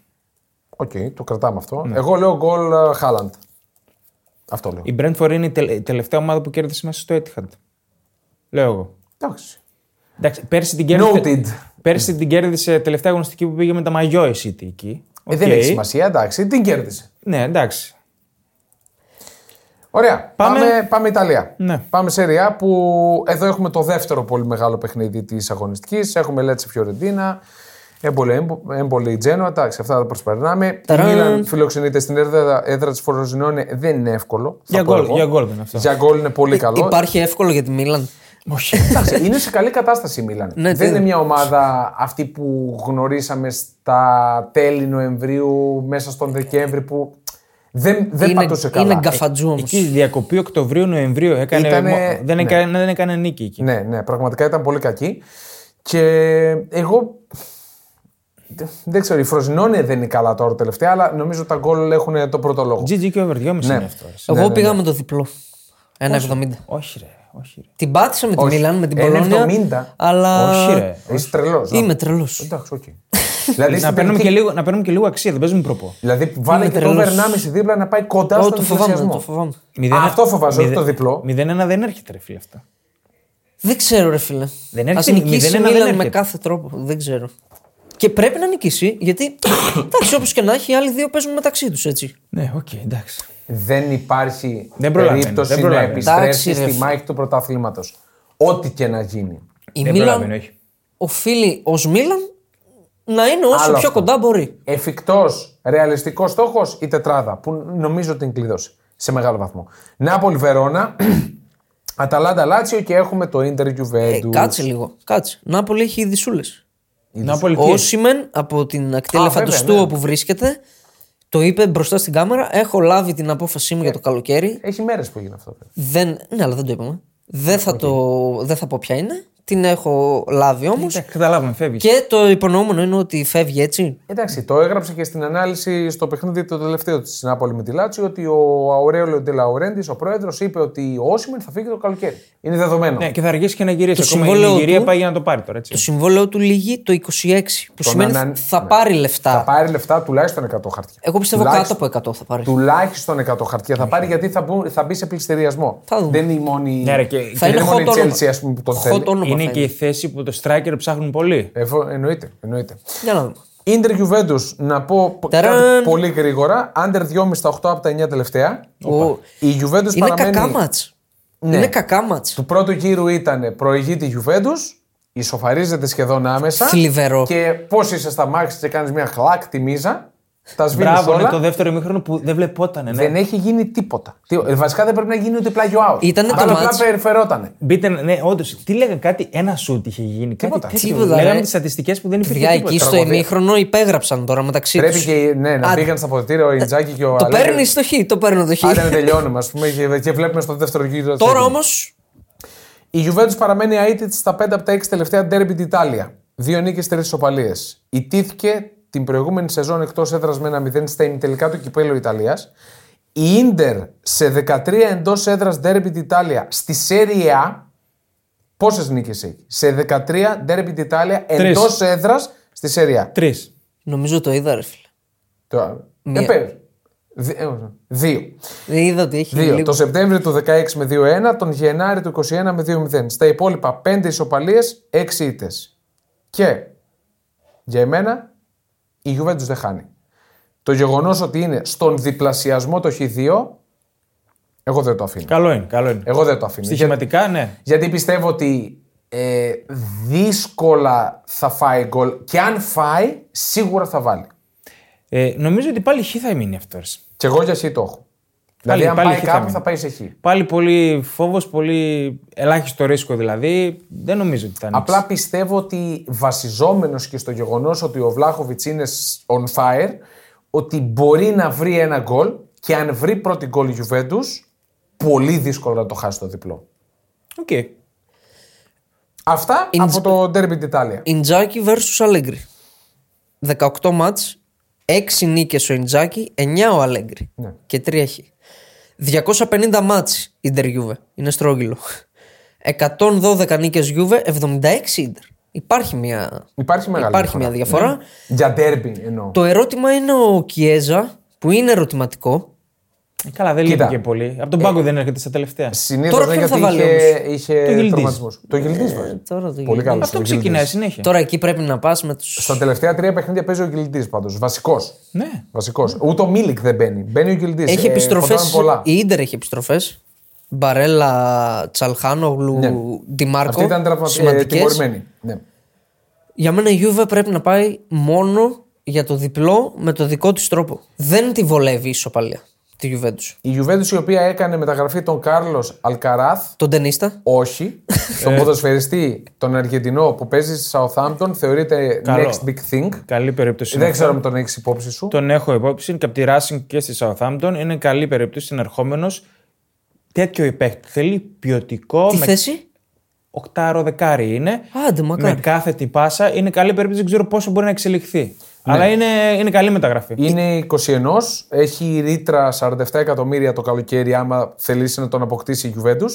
S1: Οκ, το κρατάμε αυτό.
S3: Ναι.
S1: Εγώ λέω γκολ Χάλαντ. Αυτό λέω.
S3: Η Brentford είναι η τελε- η τελευταία ομάδα που κέρδισε μέσα στο Etihad. Λέω εγώ.
S1: Εντάξει.
S3: Εντάξει, πέρσι την κέρδισε.
S1: Noted.
S3: Πέρσι την κέρδισε τελευταία αγωνιστική που πήγε με τα Μαγιό η City εκεί.
S1: Ε, δεν
S3: Οκ.
S1: έχει σημασία, εντάξει, την κέρδισε.
S3: Ναι, εντάξει.
S1: Ωραία. Πάμε,
S3: Πάμε-
S1: πάμε, Ιταλία.
S3: Ναι.
S1: Πάμε σε Ριά που εδώ έχουμε το δεύτερο πολύ μεγάλο παιχνίδι της αγωνιστικής. Έχουμε Λέτσε Φιωρεντίνα, έμπολη Τζένοα. Εντάξει, αυτά τα προσπερνάμε. Η
S2: Ταραν.
S1: Μίλαν φιλοξενείται στην έδρα, έδρα της Φοροζινόνε. Δεν είναι εύκολο. θα
S3: Για
S1: πω
S3: γκολ-
S1: εγώ.
S3: για γκολ δεν είναι αυτό.
S1: Για γκολ είναι
S2: Ε,
S1: πολύ καλό.
S2: Υπάρχει εύκολο για τη Μίλαν.
S3: Όχι.
S1: Εντάξει, είναι σε καλή κατάσταση η Μίλαν.
S2: Ναι,
S1: δεν
S2: τι-
S1: είναι μια ομάδα αυτή που γνωρίσαμε στα τέλη Νοεμβρίου, μέσα στον Δεκέμβρη που δεν, δεν
S2: είναι,
S1: πατούσε καλά. Ε,
S2: είναι γκαφατζού όμω.
S3: Εκεί διακοπή Οκτωβρίου-Νοεμβρίου έκανε.
S1: Ήτανε-
S3: μο- Δεν,
S1: ναι.
S3: έκανε, δεν έκανε νίκη εκεί.
S1: Ναι, ναι, πραγματικά ήταν πολύ κακή. Και εγώ. Δεν ξέρω, η Φροζινόνε δεν είναι καλά τώρα τελευταία, αλλά νομίζω τα γκολ έχουν το πρώτο λόγο.
S3: GG και over 2,5
S1: Ναι.
S3: είναι αυτό. ρε.
S2: Εγώ
S1: ναι, ναι.
S2: πήγα με το διπλό. 1,70.
S3: Όχι, ρε. Όχι, ρε.
S2: Την πάτησα με τη
S1: Όχι.
S2: Μίλαν, με την
S1: 1,70.
S2: Πολόνια. Αλλά.
S3: όχι, ρε.
S1: Είσαι τρελό.
S2: Είμαι τρελός.
S1: Εντάξει, οκ. δηλαδή,
S3: Να
S1: στην
S3: παίρνουμε,
S1: τελική-
S3: και λίγο, να παίρνουμε και λίγο αξία, δεν παίζουμε προπό.
S1: δηλαδή βάλε
S2: Είμαι
S1: και το over
S2: τρελός.
S1: 1,5 δίπλα να πάει κοντά στον
S2: το φοβάμαι,
S1: διπλασιασμό.
S2: το φοβάμαι.
S3: Μηδέν-
S1: Αυτό φοβάσαι, όχι
S3: μηδέ-
S1: το διπλό.
S3: 0-1 δεν έρχεται, ρε φίλε αυτό.
S2: Δεν ξέρω, ρε φίλε.
S3: Δεν
S2: Ας
S3: έρχεται,
S2: νικήσει η
S3: 0-1 δεν
S2: Μίλαν με
S3: έρχεται.
S2: κάθε τρόπο. Δεν ξέρω. Και πρέπει να νικήσει, γιατί. [coughs] Εντάξει, όπως και να έχει, οι άλλοι δύο παίζουν μεταξύ τους έτσι.
S3: Ναι, οκ, εντάξει.
S1: Δεν υπάρχει
S3: Δεν προλαβαίνω,
S1: περίπτωση
S3: δεν
S1: να
S3: προλαβαίνω.
S1: επιστρέψει
S2: Εντάξει, ρε
S1: στη
S2: φίλε.
S1: μάχη του πρωταθλήματος. Ό,τι και να γίνει.
S2: Η
S3: δεν
S2: Μίλαν
S3: προλαβαίνει, όχι.
S2: οφείλει ως Μίλαν να είναι όσο
S1: Άλλος
S2: πιο
S1: αυτό.
S2: κοντά μπορεί.
S1: Εφικτός, ρεαλιστικός στόχος η τετράδα που νομίζω την κλειδώσει σε μεγάλο βαθμό. Νάπολη Βερόνα, [clears throat] Αταλάντα Λάτσιο και έχουμε το Ιντερ
S2: Ε,
S1: Γιουβέντους.
S2: κάτσε λίγο. Κάτσε. Νάπολη έχει δυσούλες.
S3: Νάπολη
S2: Ο
S3: τι?
S2: Όσιμεν από την ακτή
S1: Α,
S2: Ελεφαντοστού
S1: βέβαια, ναι.
S2: όπου βρίσκεται το είπε μπροστά στην κάμερα. Έχω λάβει την απόφασή μου
S1: Ε.
S2: για το καλοκαίρι.
S1: Έχει μέρες που έγινε αυτό. βέβαια. Ε,
S2: Δεν... Ναι, αλλά δεν το είπαμε. Δεν θα, το... δεν θα πω ποια είναι. την έχω λάβει όμως.
S3: Εντάξει, Ναι, Καταλάβαμε, φεύγεις.
S2: Και το υπονοούμενο είναι ότι φεύγει έτσι.
S1: Εντάξει, το έγραψε και στην ανάλυση στο παιχνίδι το τελευταίο της στην Νάπολη με τη Λάτσιο ότι ο Αουρέλιο Ντελαουρέντη, ο πρόεδρος, είπε ότι ο Όσιμεν θα φύγει το καλοκαίρι. Είναι δεδομένο.
S3: Ναι, και θα αργήσει και να γυρίσει.
S2: Το
S3: Ακόμα
S2: συμβόλαιο
S3: η Νιγηρία
S2: του-
S3: πάει για να το πάρει τώρα.
S2: Το
S3: Έτσι.
S2: συμβόλαιο του λύγει το 26. Που
S1: Τον
S2: σημαίνει
S1: αναν-
S2: θα
S1: ναι.
S2: πάρει λεφτά.
S1: Θα πάρει λεφτά τουλάχιστον 100 χαρτιά.
S2: Εγώ πιστεύω
S1: Τουλάχιστον-
S2: κάτω από 100 θα πάρει.
S1: Τουλάχιστον 100 χαρτιά θα πάρει γιατί θα, μπουν- θα μπει σε πληστηριασμό.
S2: Θα δούμε.
S1: Δεν είναι η μόνη.
S3: Ναι, ρε, και-
S2: Θα
S1: δεν
S2: είναι
S1: είναι μόνο η
S2: hot όνομα.
S1: Chelsea, ας πούμε, που τον
S2: Hot
S1: θέλει.
S2: όνομα
S3: Είναι
S2: θα
S3: και η θέση που το striker ψάχνουν πολύ.
S1: Ευ- εννοείται. εννοείται.
S2: Για να δούμε.
S1: Ίντερ Juventus, να πω π-
S2: Ταραν!
S1: κάτι πολύ γρήγορα. Άντερ 2,5 στα 8 από τα 9 τελευταία.
S2: Ο-
S1: Η Juventus
S2: Είναι
S1: παραμένει.
S2: κακά μάτς.
S1: Ναι.
S2: Είναι κακά μάτς.
S1: Του πρώτου γύρου ήταν προηγείται η Juventus, ισοφαρίζεται σχεδόν άμεσα.
S2: Θλιβερό.
S1: Και πώς είσαι στα μάξι και κάνεις μια χλακ τη μίζα, τα σβήνεις
S3: Μπράβο,
S1: όλα.
S3: είναι το δεύτερο ημίχρονο που δεν βλεπότανε. Ναι.
S1: Δεν έχει γίνει τίποτα. Τι- ε, Βασικά δεν πρέπει να γίνει ούτε πλάγιο out.
S2: Ήτανε το
S1: Αλλά απλά
S2: μάτς.
S1: περιφερότανε.
S3: Μπείτε, ναι, όντως. Τι λέγανε, κάτι, ένα σουτ είχε γίνει. Κάτι
S1: Τίποτα.
S3: τέτοιο.
S2: Τίποτα,
S3: Λέγανε
S2: ρε.
S3: τις στατιστικές που δεν
S2: Παιδιά,
S3: υπήρχε
S2: εκεί
S3: τίποτα.
S2: στο
S1: τραγωδία.
S2: ημίχρονο υπέγραψαν τώρα μεταξύ του.
S1: Πρέπει και ναι, να
S2: Α,
S1: πήγαν στα αποδητήρια ο Ιντζάκη και ο
S2: Το
S1: Αλέγκρι.
S2: παίρνει το χ, το παίρνω το χ.
S1: Άντε να τελειώνουμε, ας πούμε, και, και βλέπουμε στο δεύτερο γύρο. τι θα
S2: Τώρα
S1: γίνει.
S2: όμως.
S1: Η Juventus παραμένει αίτητη στα 5 από τα 6 τελευταία ντέρμπι την Ιταλία. Δύο νίκες, τρεις ισοπαλίες. Ιτήθηκε την προηγούμενη σεζόν εκτός έδρας με ένα 0 στα ημιτελικά του κυπέλου Ιταλίας. Η ντερ σε 13 εντός έδρας ντέρμπι την Ιταλίας στη Serie A. Πόσες νίκες έχει, σε 13 ντέρμπι την Ιταλία εντός έδρας στη Serie A.
S3: Τρεις.
S2: Νομίζω το είδα, ρε φίλε.
S1: Το-
S2: Μία.
S1: Ε, πες. Δι- ε, όχι. Δύο.
S2: Δεν είδα ότι έχει
S1: Δύο.
S2: λίγο.
S1: Το Σεπτέμβριο του 16 με 2-1, τον Γενάρη του 21 με 2-0. Στα υπόλοιπα 5 ισοπαλίες, 6 ήττες. Και για εμένα η Juventus δεν χάνει. Το γεγονός ότι είναι στον διπλασιασμό το Χ2, εγώ δεν το αφήνω.
S3: Καλό είναι. Καλό είναι.
S1: Εγώ δεν το αφήνω. Για-
S3: Στοιχηματικά, ναι.
S1: γιατί πιστεύω ότι ε, δύσκολα θα φάει γκολ και αν φάει, σίγουρα θα βάλει.
S3: Ε, νομίζω ότι πάλι χ θα μείνει αυτός. ρε.
S1: Και εγώ για Χ το έχω. δηλαδή, αν
S3: πάλι
S1: πάει
S3: χ θα
S1: κάπου,
S3: μείνει.
S1: θα πάει σε Χ.
S3: Πάλι πολύ φόβος, πολύ ελάχιστο ρίσκο δηλαδή. Δεν νομίζω ότι θα ανοίξει.
S1: Απλά πιστεύω ότι βασιζόμενος και στο γεγονός ότι ο Βλάχοβιτ είναι on fire, ότι μπορεί να βρει ένα γκολ και αν βρει πρώτη γκολ η Juventus, πολύ δύσκολο να το χάσει το διπλό.
S3: Οκ. Ε,
S1: Αυτά
S2: Είναι
S1: από το Derby της Ιταλίας.
S2: Ιντζάκι versus Αλέγκρι. 18 μάτς, 6 νίκες ο Ιντζάκι, 9 ο Αλέγκρι
S1: Ναι.
S2: και 3 χ. 250 μάτς Ιντερ Γιούβε, είναι στρόγγυλο. 112 νίκες Γιούβε, 76 Ιντερ. Υπάρχει μια,
S1: Υπάρχει μεγάλη
S2: υπάρχει μια διαφορά.
S1: Ναι. Για Derby εννοώ.
S2: Το ερώτημα είναι ο Κιέζα, που είναι ερωτηματικό.
S3: Ε, Καλά, δεν
S1: Κοίτα. Ε,
S3: λείπει και πολύ. Από τον πάγκο δεν έρχεται στα τελευταία.
S1: Συνήθως
S2: Τώρα
S1: ναι,
S2: ποιον
S1: γιατί
S2: θα βάλει
S1: είχε, είχε
S3: Το Γιλντής.
S1: τραυματισμού. Το Γιλντή βάζει.
S2: Ε, Τώρα, το
S1: Πολύ
S2: Γιλντής.
S1: καλός.
S3: Αυτό ξεκινάει συνέχεια.
S2: Τώρα εκεί πρέπει να πας με τους...
S1: Στα τελευταία τρία παιχνίδια παίζει ο Γιλντή πάντως. Βασικός.
S3: Ναι.
S1: Βασικός. Ούτε ο Μίλικ δεν μπαίνει. Μπαίνει ο Γιλντή.
S2: Έχει επιστροφέ.
S1: ε, πολλά.
S2: Η Ιντερ έχει επιστροφές. Μπαρέλα, Τσαλχάνογλου, Ντιμάρκο.
S1: Ναι. Αυτή ήταν τραυματι- ε,
S2: σημαντικές.
S1: τιμωρημένη. Ναι.
S2: Για μένα η Juve πρέπει να πάει μόνο για το διπλό με το δικό της τρόπο. Δεν τη βολεύει η ισοπαλία τη Juventus.
S1: Η Juventus η οποία έκανε μεταγραφή τον Κάρλος Αλκαράθ,
S2: Τον τενίστα.
S1: όχι. τον ποδοσφαιριστή, τον Αργεντινό που παίζει στη Southampton, θεωρείται
S3: Καλό.
S1: next big thing.
S3: Καλή περίπτωση. είναι
S1: Δεν ξέρω αν τον έχεις υπόψη σου.
S3: Τον έχω υπόψη και από τη Racing και στη Southampton. Είναι καλή περίπτωση, ερχόμενος. Τέτοιο παίκτη. Θέλει ποιοτικό.
S2: Τι
S3: με-
S2: θέση.
S3: Οκτάρο δεκάρι είναι.
S2: Άντε, μακάρι.
S3: Με κάθε την πάσα είναι καλή περίπτωση. Δεν ξέρω πόσο μπορεί να εξελιχθεί. Αλλά είναι, είναι καλή μεταγραφή.
S1: Ναι. Είναι 21, έχει ρήτρα 47 εκατομμύρια το καλοκαίρι, άμα θελήσει να τον αποκτήσει η Juventus.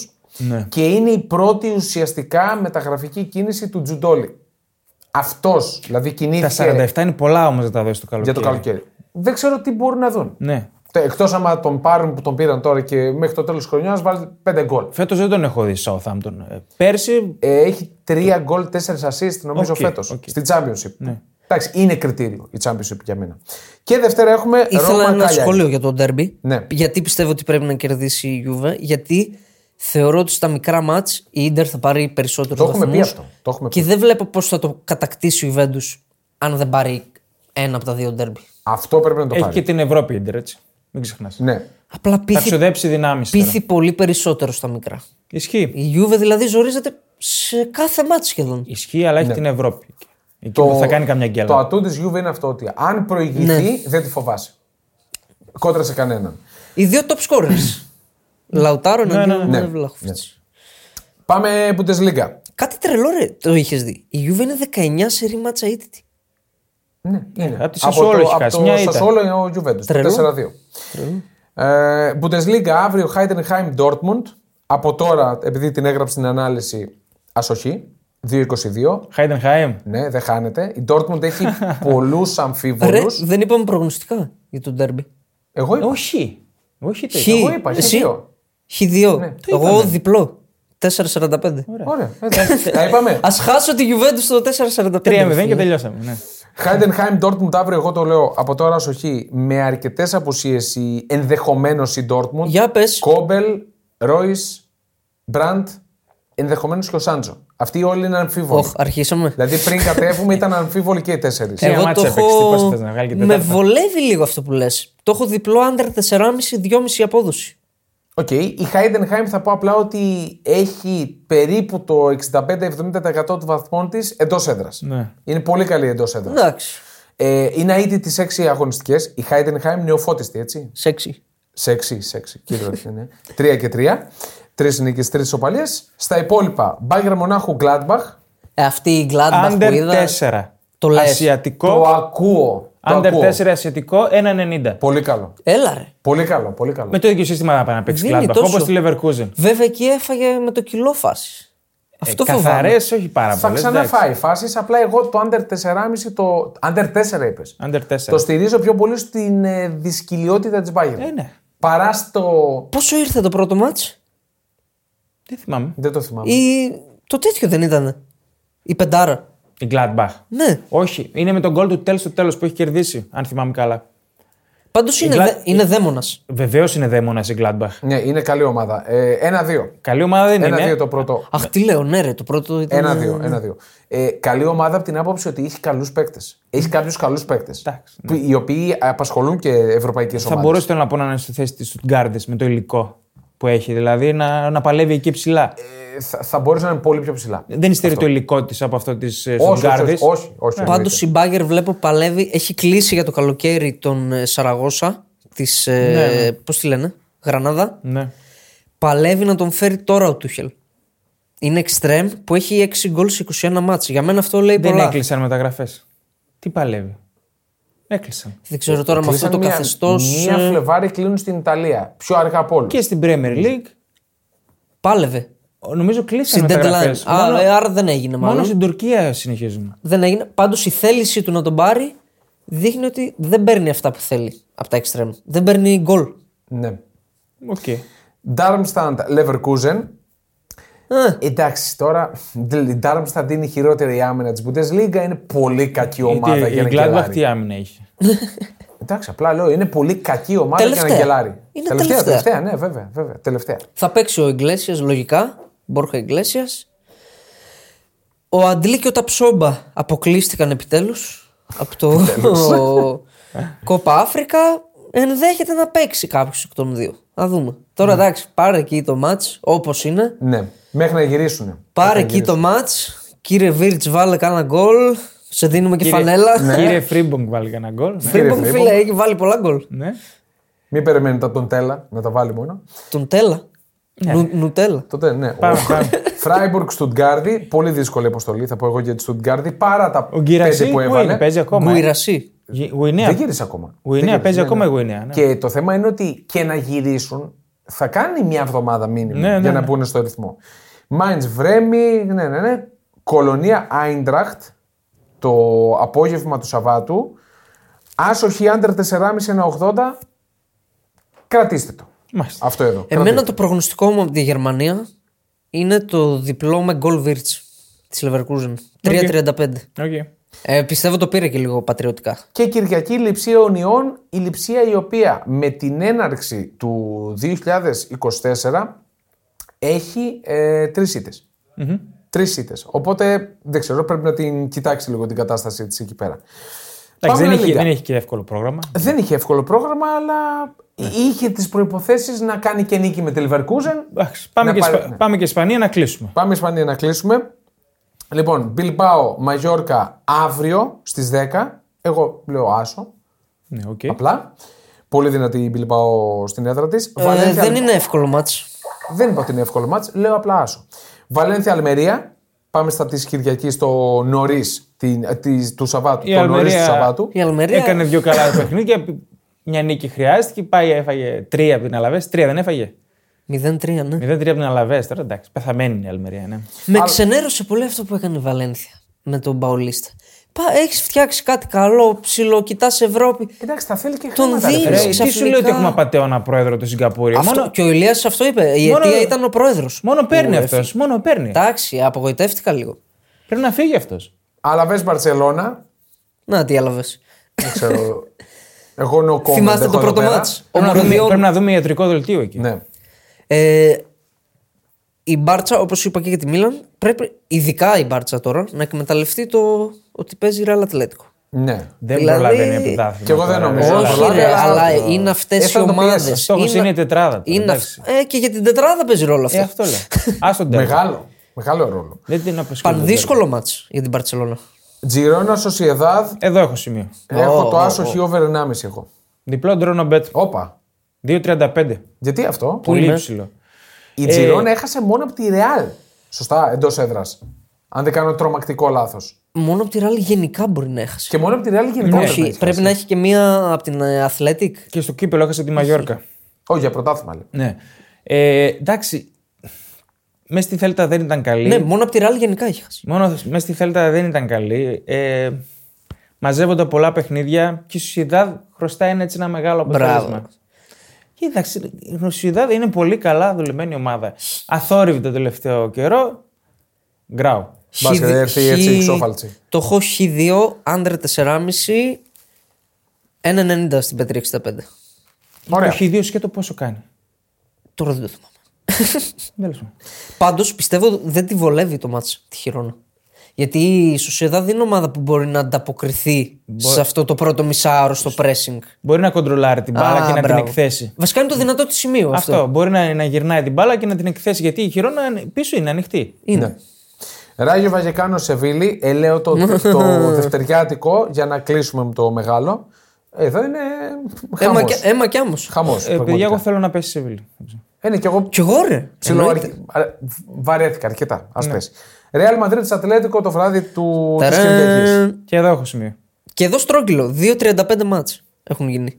S1: Και είναι η πρώτη ουσιαστικά μεταγραφική κίνηση του Τζουντόλη. Αυτός δηλαδή
S3: Τα
S1: κινήθηκε
S3: 47 είναι πολλά όμως να τα δώσεις το καλοκαίρι.
S1: για το καλοκαίρι. Δεν ξέρω τι μπορούν να δουν.
S3: Ναι.
S1: Εκτός άμα τον πάρουν που τον πήραν τώρα και μέχρι το τέλος της χρονιάς να βάλει 5 γκολ.
S3: Φέτος δεν τον έχω δει στη Southampton. Ε, Πέρσι.
S1: Ε, Έχει 3 γκολ, 4 assist νομίζω
S3: Οκ,
S1: φέτος.
S3: οκ. Ναι.
S1: Στην Championship. Εντάξει, είναι κριτήριο η Championship για μένα. Και Δευτέρα έχουμε
S2: Ήθελα
S1: Ρώμα
S2: ένα
S1: Cagliari.
S2: σχόλιο για τον Ντέρμπι.
S1: Ναι.
S2: Γιατί πιστεύω ότι πρέπει να κερδίσει η Juve. Γιατί θεωρώ ότι στα μικρά μάτ η Ιντερ θα πάρει περισσότερο
S1: Το έχουμε πει αυτό. Το έχουμε
S2: Και
S1: πει.
S2: δεν βλέπω πώς θα το κατακτήσει η Ιουβέντου αν δεν πάρει ένα από τα δύο ντέρμπι.
S1: Αυτό πρέπει να το
S3: Έχει
S1: πάρει.
S3: και την Ευρώπη η Inter, έτσι. Μην ξεχνάς.
S1: Ναι.
S2: Απλά
S3: Θα
S2: πείθει,
S3: ξοδέψει δυνάμει.
S2: πείθει πολύ περισσότερο στα μικρά.
S3: Ισχύει.
S2: Η Juve δηλαδή ζορίζεται σε κάθε μάτι σχεδόν.
S3: Ισχύει, αλλά έχει την Ευρώπη. Εκεί δεν θα κάνει καμιά γκέλα.
S1: Ναι.
S3: Ναι.
S1: Το ατού της Juve είναι αυτό ότι αν προηγηθεί δεν τη φοβάσει. Κόντρα σε κανέναν.
S2: Οι δύο top scorers. Λαουτάρο εναντίον
S1: ναι.
S2: Βλάχοβιτς.
S1: Πάμε Bundesliga.
S2: Κάτι τρελό ρε, το είχες δει. Η Juve είναι 19 σε ρημάτσα ήττη.
S1: Ναι, είναι.
S3: Απ' τη Sassuolo έχει
S1: από
S3: χάσει,
S1: το
S3: μια ήταν.
S1: Sassuolo ο Juventus.
S2: Τρελό.
S1: 4-2. Ε, Bundesliga αύριο Heidenheim Dortmund. Από τώρα, επειδή την έγραψε στην ανάλυση, ασοχή. 2-22.
S3: Χάιντενχάιμ.
S1: Ναι, δεν χάνεται. Η Dortmund έχει πολλούς
S2: Ρε,
S1: αμφίβολους.
S2: δεν είπαμε προγνωστικά για τον Ντέρμπι.
S1: Εγώ είπα.
S3: Όχι. Όχι το
S2: Χ.
S3: είπα.
S1: Εγώ είπα.
S2: Εσύ.
S1: Εσύ. Δύο.
S2: Χ2.
S3: Ναι,
S1: το
S2: Εγώ διπλό. 4,45.
S1: Ωραία. εντάξει. Τα είπαμε.
S2: Ας χάσω τη Juventus στο 4,45.
S3: 3-0 και
S2: φίλε.
S3: τελειώσαμε. Ναι.
S1: Heidenheim Dortmund αύριο, εγώ το λέω από τώρα ως όχι, με αρκετές απουσίε ενδεχομένως η Dortmund.
S2: Για πες.
S1: Κόμπελ, Ρόις, Μπραντ, ενδεχομένως και ο Σάντζο. Αυτοί όλοι είναι αμφίβολοι.
S2: Οχ, αρχίσαμε.
S1: Δηλαδή πριν κατέβουμε ήταν αμφίβολοι και οι τέσσερις.
S3: Ε, Τρία
S2: Εγώ
S3: μάτσα
S2: το
S3: έπαιξε, πώς
S2: έχω...
S3: θες να βγάλει και
S2: Με
S3: τετάρτα.
S2: βολεύει λίγο αυτό που λες. Το έχω διπλό άντερ 4,5-2,5 απόδοση.
S1: Οκ, η Heidenheim θα πω απλά ότι έχει περίπου το 65-70% των βαθμών της εντός έδρας.
S3: Ναι.
S1: Είναι πολύ καλή εντός έδρας.
S2: Εντάξει.
S1: Ε, είναι αίτητη τι 6 αγωνιστικές. Η Heidenheim νεοφώτιστη, έτσι.
S2: Σεξι.
S1: Σεξι, σεξι. Κύριο είναι. ναι. Τρία και τρία. Τρεις νίκες, τρεις σοπαλίε. Στα υπόλοιπα, Μπάγκερ Μονάχου Gladbach.
S2: Ε, αυτή η Gladbach που είδα.
S3: Under 4.
S2: Το λες.
S1: Το
S3: Ασιατικό.
S1: ακούω. Το
S3: Under
S1: ακούω.
S3: 4 ασιατικό 1,90.
S1: Πολύ καλό.
S2: Έλα ρε.
S1: Πολύ καλό, πολύ καλό.
S3: Με το ίδιο σύστημα να πάει να παίξει
S2: Δίνει
S3: Gladbach,
S2: τόσο.
S3: όπως τη Leverkusen.
S2: Βέβαια εκεί έφαγε με το κιλό φάσης.
S3: Ε,
S2: Αυτό
S3: Καθαρέ,
S2: φοβάμαι.
S3: όχι πάρα
S1: Θα
S3: πολλές.
S1: ξαναφάει φάσεις. Απλά εγώ το under 4,5 το. Under 4 είπε.
S3: Under 4.
S1: Το στηρίζω πιο πολύ στην ε, δυσκολιότητα της Bayern.
S3: Ε, ναι.
S1: Παρά στο.
S2: Πόσο ήρθε το πρώτο μάτς
S3: Δεν θυμάμαι.
S1: Δεν το θυμάμαι.
S2: ή το τέτοιο δεν ήταν. Η πεντάρα.
S3: Η Gladbach.
S2: Ναι.
S3: Όχι, είναι με τον γκολ του τέλ στο τέλος που έχει κερδίσει, αν θυμάμαι καλά.
S2: Πάντως είναι,
S3: Glad-
S2: δε, είναι δαίμονας.
S3: Βεβαίως είναι δαίμονας η Gladbach.
S1: Ναι, είναι καλή ομάδα. Ε, ένα-δύο.
S3: Καλή ομάδα δεν
S1: Ένα-δύο
S3: είναι.
S1: το πρώτο.
S2: Αχ, τι λέω, ναι, ρε, το πρώτο ήταν.
S1: Ένα-δύο. Ένα-δύο. Ε, καλή ομάδα από την άποψη ότι έχει καλούς παίκτες. Έχει κάποιους καλούς παίκτες.
S3: Εντάξει, ναι.
S1: Οι οποίοι απασχολούν και ευρωπαϊκές ομάδε.
S3: Θα μπορούσε τώρα να πω να είναι στη θέση της Στουτγκάρντε με το υλικό που έχει, δηλαδή να, να παλεύει εκεί ψηλά.
S1: Ε, θα, θα μπορούσε να είναι πολύ πιο ψηλά.
S3: δεν υστερεί το υλικό τη από αυτό ε, τη
S1: όχι, όχι,
S3: Στουτγκάρντε.
S1: όχι, όχι, όχι,
S2: Πάντω
S1: εννοείται.
S2: η Μπάγκερ βλέπω παλεύει, έχει κλείσει για το καλοκαίρι τον ε, Σαραγώσα της.
S3: Ναι.
S2: Πώς τη λένε, Γρανάδα.
S3: Ναι.
S2: Παλεύει να τον φέρει τώρα ο Τούχελ. Είναι εξτρέμ που έχει 6 γκολ σε 21 μάτς. Για μένα αυτό λέει
S3: Δεν
S2: πολλά.
S3: έκλεισαν μεταγραφές. Τι παλεύει. Έκλεισαν.
S2: Δεν ξέρω τώρα με αυτό
S1: Κλείσαν
S2: το
S1: μία-
S2: καθεστώς.
S1: Μία Φλεβάρι κλείνουν στην Ιταλία. Πιο αργά από όλους.
S3: ε, Και στην Premier League Ε,
S2: Πάλευε.
S3: νομίζω κλείσαν
S2: Στην deadline.
S3: μεταγραφέ.
S2: Α, ε, άρα δεν έγινε μάλλον.
S3: Μόνο στην Τουρκία συνεχίζουμε.
S2: Δεν έγινε. Πάντως η θέλησή του να τον πάρει δείχνει ότι δεν παίρνει αυτά που θέλει από τα εξτρέμ. Δεν παίρνει γκολ.
S1: Ναι.
S3: Οκ.
S1: Darmstadt Leverkusen.
S2: Ε,
S1: Εντάξει, τώρα η Darmstadt είναι η χειρότερη άμυνα της Bundesliga. Είναι πολύ κακή ομάδα
S3: Γιατί
S1: για να
S3: Η Gladbach τι
S1: γελάρει.
S3: άμυνα είχε.
S1: Εντάξει, απλά λέω είναι πολύ κακή ομάδα για
S2: Τελευταία.
S1: να γελάρει.
S2: Είναι
S1: τελευταία,
S2: τελευταία.
S1: τελευταία, ναι, βέβαια. βέβαια τελευταία.
S2: θα παίξει ο Εγκλέσια λογικά. Μπόρχα Εγκλέσια. Ο Αντλή και ο Ταψόμπα αποκλείστηκαν επιτέλους από το [laughs] Κόπα Αφρικα. Ενδέχεται να παίξει κάποιος εκ των δύο. Θα δούμε. Τώρα εντάξει, πάρε εκεί το μάτς όπως είναι.
S1: Ναι, μέχρι να γυρίσουν.
S2: Πάρε εκεί το ματ. Κύριε Βίρτ, βάλε κάνα γκολ. Σε δίνουμε και φανέλα.
S1: Ναι.
S3: Κύριε Ναι. Φρίμπονγκ βάλει κανένα γκολ. ναι.
S1: Κύριε
S2: Λοιπόν,
S1: Φρίμπο.
S2: φίλε, έχει βάλει πολλά γκολ.
S3: Ναι.
S1: Μην περιμένετε από τον Τέλα να τα βάλει μόνο.
S2: Τον Τέλα. Νου, νουτέλα.
S1: Τότε, ναι.
S3: Πάμε, πάμε.
S1: Φράιμπουργκ Στουτγκάρδη, πολύ δύσκολη αποστολή, θα πω εγώ για τη Στουτγκάρδη, παρά τα
S3: Ο Γκυρασί
S1: πέντε που
S3: που
S1: έβαλε.
S3: είναι, παίζει ακόμα. ε.
S2: Γκουιρασί.
S3: Γυ-
S1: Δεν
S3: Γουινέα.
S1: γύρισε ακόμα. Δεν
S3: Γουινέα,
S1: γύρισε,
S3: παίζει
S1: ναι,
S3: ακόμα η
S1: ναι.
S3: Γουινέα. ναι.
S1: Και το θέμα είναι ότι και να γυρίσουν θα κάνει μια εβδομάδα μήνυμα
S3: Ναι, ναι,
S1: για να
S3: ναι.
S1: μπουν στο ρυθμό. Μάιντ Βρέμι, ναι, ναι, ναι. Κολονία Άιντραχτ το απόγευμα του Σαββάτου. Άσοχη άντερ 4,5-1,80. Κρατήστε το.
S3: Μάλιστα.
S1: Αυτό εδώ.
S2: Εμένα
S1: Κρατήστε.
S2: το προγνωστικό μου από τη Γερμανία είναι το διπλό με γκολ Βίρτ τη Λεβερκούζεν. 3-35.
S3: Οκ.
S2: Ε, πιστεύω το πήρε και λίγο πατριωτικά.
S1: Και Κυριακή Λειψία Ονιών, η Λειψία η οποία με την έναρξη του 2024 έχει ε, τρεις ήττες. Τρεις ήττες. Οπότε δεν ξέρω, πρέπει να την κοιτάξει λίγο την κατάσταση της εκεί πέρα. Πάμε
S3: Εντάξει, δεν,
S1: Λα
S3: έχει,
S1: Λίγκα.
S3: δεν έχει και εύκολο πρόγραμμα.
S1: Δεν είχε εύκολο πρόγραμμα, αλλά είχε τις προϋποθέσεις να κάνει και νίκη με τη Λιβερκούζεν.
S3: Εντάξει, πάμε,
S1: Να
S3: και,
S1: πάρε-
S3: Ισπα-
S1: ναι.
S3: πάμε και Ισπανία να κλείσουμε.
S1: Πάμε Ισπανία να κλείσουμε. Λοιπόν, Μπιλμπάο, Μαγιόρκα αύριο στις 10. Εγώ λέω άσο.
S3: Ναι, οκ.
S1: Απλά. Πολύ δυνατή η Μπιλμπάο στην έδρα της.
S2: Ε, δεν είναι εύκολο μάτς.
S1: δεν είπα ότι είναι εύκολο μάτς, λέω απλά άσο. Βαλένθια Αλμερία, Πάμε στα της Κυριακής το νωρίς του Σαββάτου.
S3: Η
S1: το νωρίς του
S3: Αλμερία-
S1: Σαββάτου.
S2: Η Αλμερία.
S3: Έκανε δύο καλά παιχνίδια. Μια νίκη χρειάστηκε. Πάει, έφαγε τρία από την Αλαβές. Τρία δεν έφαγε.
S2: 0-3, ναι.
S3: 0-3 από την Αλαβέ. Τώρα εντάξει, πεθαμένη είναι η Αλμερία. Ναι.
S2: Με ξενέρωσε πολύ αυτό που έκανε η Βαλένθια με τον Παουλίστα. Πα, έχεις φτιάξει κάτι καλό, ψηλό, κοιτά Ευρώπη.
S1: Εντάξει, θα θέλει και
S2: Τον Ε,
S1: χρήματα. ρε
S2: δίνεις.
S1: παιδί.
S3: Ρε, τι σου
S2: ξαφνικά-
S3: λέει ότι έχουμε απαταιώνα πρόεδρο του Σιγκαπούρη.
S2: Αυτό,
S3: Ε, Μόνο,
S2: Και ο Ηλίας αυτό είπε. Η
S3: Μόνο-
S2: αιτία ήταν ο πρόεδρος.
S3: μόνο παίρνει αυτό. Μόνο παίρνει.
S2: Εντάξει, απογοητεύτηκα λίγο.
S3: Πρέπει να φύγει αυτός.
S1: Αλαβές Μπαρσελώνα.
S2: Να τι έλαβε.
S1: Δεν
S2: [laughs]
S1: ξέρω. Εγώ νοκόμουν.
S2: Θυμάστε το πρώτο μάτς. Ο
S3: Πρέπει, να δούμε-
S2: Μορδιόν.
S3: πρέπει να δούμε ιατρικό δελτίο εκεί.
S1: Ναι.
S2: Ε, η Μπάρτσα, όπως είπα και για τη Μίλαν, πρέπει ειδικά η Μπάρτσα τώρα να εκμεταλλευτεί το ότι παίζει ρεαλ Ατλέτικο.
S1: ναι.
S3: Δεν
S2: Δηλαδή-
S3: προλαβαίνει το πρωτάθλημα.
S1: Κι εγώ δεν
S3: τώρα, ρε.
S1: νομίζω.
S2: Όχι,
S1: αλλά-
S2: ρε,
S1: αλλά-
S2: αλλά
S1: αλλά-
S2: είναι αυτές οι
S3: Ε,
S1: Ήθελα να το
S2: ομάδε.
S1: πιέσω.
S3: Στόχος είναι η τετράδα τώρα,
S2: Είναι
S3: εντάξει.
S2: αυ- ε, και για την τετράδα παίζει ρόλο αυτό.
S3: Ε, αυτό
S1: [laughs]
S3: λέω. Α τον τέλο.
S1: Μεγάλο. Μεγάλο ρόλο.
S3: Δεν την απεσχολεί.
S2: Πανδύσκολο μάτς για την Παρσελόνα.
S1: Τζιρόνα Σοσιεδάδ.
S3: Εδώ έχω σημείο.
S1: Έχω
S2: Ω,
S1: το
S2: ω,
S1: άσο
S2: ω.
S1: χι over 1,5 εγώ.
S3: Διπλό ντρόνο bet.
S1: Όπα.
S3: 2,35.
S1: Γιατί αυτό.
S3: Πολύ
S2: είναι?
S3: υψηλό.
S1: Η
S2: Ε,
S1: Τζιρόνα έχασε μόνο από τη Ρεάλ. Σωστά, εντός έδρας. Αν δεν κάνω τρομακτικό λάθος.
S2: Μόνο από τη ράλι γενικά μπορεί να έχασε.
S1: Και μόνο από τη Ρεάλ γενικά.
S2: Ναι, Όχι,
S1: έχασε.
S2: πρέπει να έχει και μία από την ε, Athletic.
S3: Και στο κύπελο έχασε τη Μαγιόρκα.
S1: Όχι, για πρωτάθλημα. λέει.
S3: Ναι. Ε, εντάξει. Μέσα στη Θέλτα δεν ήταν καλή.
S2: Ναι, μόνο από τη ράλι γενικά έχει χάσει.
S3: Μόνο μέσα στη Θέλτα δεν ήταν καλή. Ε, μαζεύονται πολλά παιχνίδια και η Σουσιαδάδ χρωστάει ένα, έτσι ένα μεγάλο αποτέλεσμα.
S2: Μπράβο.
S3: Κοίταξε, η Σουσιαδάδ είναι πολύ καλά δουλεμένη ομάδα. Αθόρυβη το τελευταίο καιρό. Γκράου.
S1: Μπας,
S2: Χι-
S1: έρθει έτσι η
S2: χι-
S1: ξόφαλτση.
S2: Το έχω χ2, άντρα 4,5, 1,90 στην πέτρη 65.
S1: Ωραία.
S3: Έχει δύο σκέτο πόσο κάνει.
S2: Τώρα δεν το θυμάμαι.
S3: Τέλος πάντων.
S2: Πάντως πιστεύω δεν τη βολεύει το μάτς τη χειρόνα. Γιατί η Σοσιαδά δεν είναι ομάδα που μπορεί να ανταποκριθεί σε αυτό το πρώτο μισάωρο στο pressing.
S3: Μπορεί να κοντρολάρει την μπάλα
S2: Α,
S3: και να
S2: μπράβο.
S3: την εκθέσει.
S2: Βασικά είναι το δυνατό της σημείο αυτό.
S3: Αυτό. Μπορεί να, να γυρνάει την μπάλα και να την εκθέσει. Γιατί η χειρόνα πίσω είναι ανοιχτή.
S2: Είναι.
S1: Ράγιο Βαγεκάνο Σεβίλη, ελέω το,
S2: [laughs]
S1: το δευτεριάτικο για να κλείσουμε με το μεγάλο. Εδώ είναι
S2: Έμα,
S1: χαμός.
S2: Ε, και, έμα και άμμος.
S1: Χαμός,
S3: Ε, παιδιά,
S1: πραγματικά.
S3: εγώ θέλω να πέσει σε Σεβίλη.
S1: Είναι και εγώ
S2: Κι εγώ ρε.
S1: ψηλό.
S2: Εννοείται. Ναι.
S1: αρκε- αρε- Βαρέθηκα αρκετά. Ας πέσει. Ρεάλ Μαδρίτη Ατλέτικο το βράδυ του της
S2: Ταραν.
S1: Κυριακής.
S3: Και εδώ έχω σημείο.
S2: Και εδώ στρόγγυλο. 2-35 μάτς έχουν γίνει.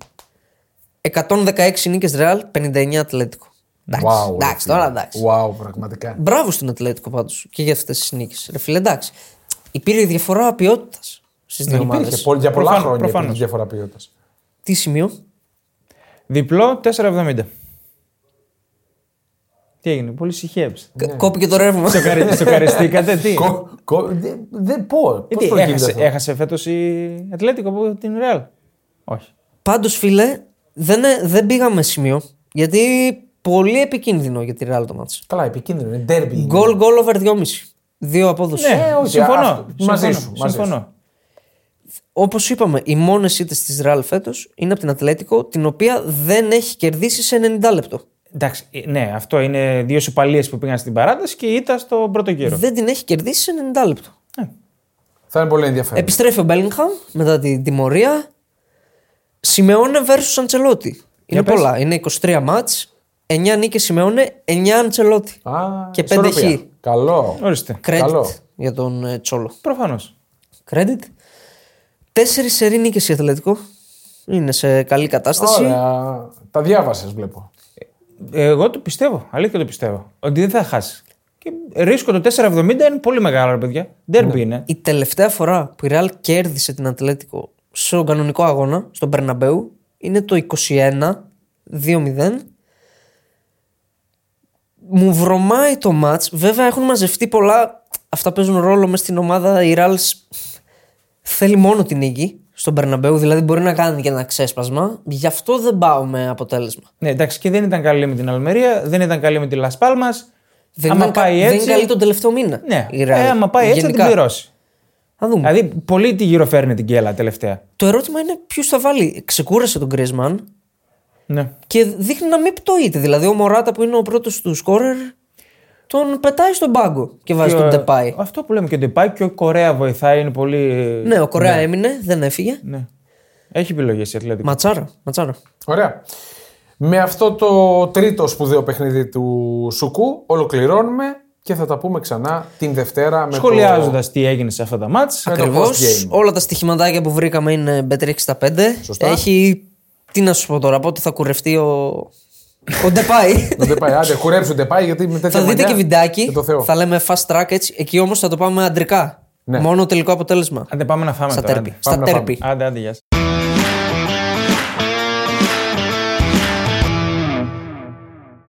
S2: 116 νίκες Ρεάλ, 59 Ατλέτικο. Εντάξει,
S1: Wow, ρε
S2: εντάξει
S1: φίλε.
S2: τώρα εντάξει.
S1: Wow, πραγματικά.
S2: Μπράβο στην Ατλέτικο πάντως και για αυτές τις νίκες. Ρε φίλε, εντάξει. Υπήρχε διαφορά ποιότητας στις δύο
S1: Ναι, Υπήρχε
S2: ομάδες.
S1: πολύ, για πολλά
S3: Προφανώς,
S1: χρόνια
S3: προφανώς.
S1: υπήρχε διαφορά ποιότητας.
S2: Τι σημείο.
S3: Διπλό 4,70. Τι έγινε, πολύ συχέψε.
S1: Ναι.
S2: Κα- Κόπηκε το ρεύμα.
S1: [laughs]
S3: Σοκαριστήκατε, τι.
S1: Δεν δε, πω.
S3: Ε,
S1: Πώς
S3: τι,
S1: το
S3: έχασε, έχασε φέτος η Ατλέτικο από την Ρεάλ. Όχι.
S2: Πάντως φίλε, δεν, ε- δεν πήγαμε σημείο. Γιατί πολύ επικίνδυνο για τη Ρεάλ το μάτς.
S1: Καλά, επικίνδυνο. Είναι ντέρμπι.
S2: Γκολ, γκολ over 2,5. Δύο απόδοση.
S3: Ναι,
S1: Ε, όχι,
S3: συμφωνώ.
S1: αυτό- μαζί
S3: συμφωνώ,
S1: σου, μαζί
S3: συμφωνώ.
S2: Όπως είπαμε, οι μόνες ήττες της Ραλ φέτος είναι από την Ατλέτικο, την οποία δεν έχει κερδίσει σε 90 λεπτό.
S3: Εντάξει, ε, ναι, αυτό είναι δύο σουπαλίε που πήγαν στην παράταση και η ήττα στον πρώτο γύρο.
S2: Δεν την έχει κερδίσει σε 90 λεπτό.
S1: Ναι. Θα είναι πολύ ενδιαφέρον.
S2: Επιστρέφει ο Μπέλιγχαμ μετά την τιμωρία. Σιμεώνε versus Αντσελότη. Είναι
S3: πες.
S2: πολλά. Είναι 23 μάτ, 9 νίκες Σιμεώνε, 9 Αντσελότη.
S1: Α,
S2: και
S1: ισορροπία.
S2: 5 χ.
S1: Καλό.
S3: Ορίστε.
S2: Credit
S1: καλό.
S2: για τον ε, Τσόλο.
S3: Προφανώς.
S2: Credit. Τέσσερις σερή νίκες η Ατλέτικο. Είναι σε καλή κατάσταση.
S1: Ωραία. Τα διάβασες, βλέπω.
S3: Εγώ το πιστεύω. Αλήθεια το πιστεύω. Ότι δεν θα χάσει. Και ρίσκο το 4,70 είναι πολύ μεγάλο, ρε παιδιά. Ντέρμπι
S1: Ναι.
S3: είναι.
S2: Η τελευταία φορά που η Real κέρδισε την Ατλέτικο στον κανονικό αγώνα, στον Περναμπέου, είναι το 21-2-0. Μου βρωμάει το μάτς. Βέβαια έχουν μαζευτεί πολλά. Αυτά παίζουν ρόλο μέσα στην ομάδα. Η Real σ- θέλει μόνο την νίκη στον Περναμπέου, δηλαδή μπορεί να κάνει και ένα ξέσπασμα. Γι' αυτό δεν πάω με αποτέλεσμα.
S3: Ναι, εντάξει, και δεν ήταν καλή με την Αλμερία, δεν ήταν καλή με τη Λασπάλμα.
S2: Δεν,
S3: άμα
S2: είναι, κα-
S3: πάει
S2: δεν
S3: έτσι.
S2: είναι καλή τον τελευταίο μήνα.
S3: Ναι,
S2: η Real.
S3: ε, άμα πάει έτσι θα την
S2: Γενικά.
S3: πληρώσει.
S2: Θα δούμε.
S3: Δηλαδή, πολύ τη γύρω φέρνει την κέλα τελευταία.
S2: Το ερώτημα είναι ποιος θα βάλει. Ξεκούρασε τον Κρίσμαν,
S3: Ναι.
S2: Και δείχνει να μην πτωείται. Δηλαδή, ο Μωράτα που είναι ο πρώτος του σκόρερ, τον πετάει στον πάγκο και βάζει τον Ντεπάη.
S3: Αυτό που λέμε και ο Ντεπάι και ο Κορέα βοηθάει είναι πολύ.
S2: Ναι, ο Κορέα έμεινε, δεν έφυγε.
S3: Ναι. Έχει επιλογές η Ατλέτικο.
S2: Ματσάρα, ματσάρα.
S1: Ωραία. Με αυτό το τρίτο σπουδαίο παιχνίδι του Σουκού ολοκληρώνουμε και θα τα πούμε ξανά την Δευτέρα με
S3: Σχολιάζοντας τι έγινε σε αυτά τα μάτς.
S1: το
S2: Ακριβώς.
S1: post-game.
S2: Όλα τα στοιχηματάκια που βρήκαμε είναι Bet365.
S1: Σωστά.
S2: Έχει. Τι να σου πω τώρα, πότε θα κουρευτεί ο. ο
S1: [laughs]
S2: Ντεπάη.
S1: το... Δεν πάει, άντε, κουρέψουν, δεν πάει, γιατί με τέτοια
S2: θα δείτε
S1: μανιά,
S2: και βιντεάκι.
S1: για το Θεό.
S2: Θα λέμε fast track έτσι. Εκεί όμως θα το πάμε αντρικά.
S1: Ναι.
S2: Μόνο τελικό αποτέλεσμα.
S3: Άντε πάμε να φάμε
S2: Στα
S3: τώρα.
S2: τέρπι.
S3: άντε.
S2: Στα
S1: Πάμε να
S2: τέρπι.
S3: Άντε, άντε, γεια σας.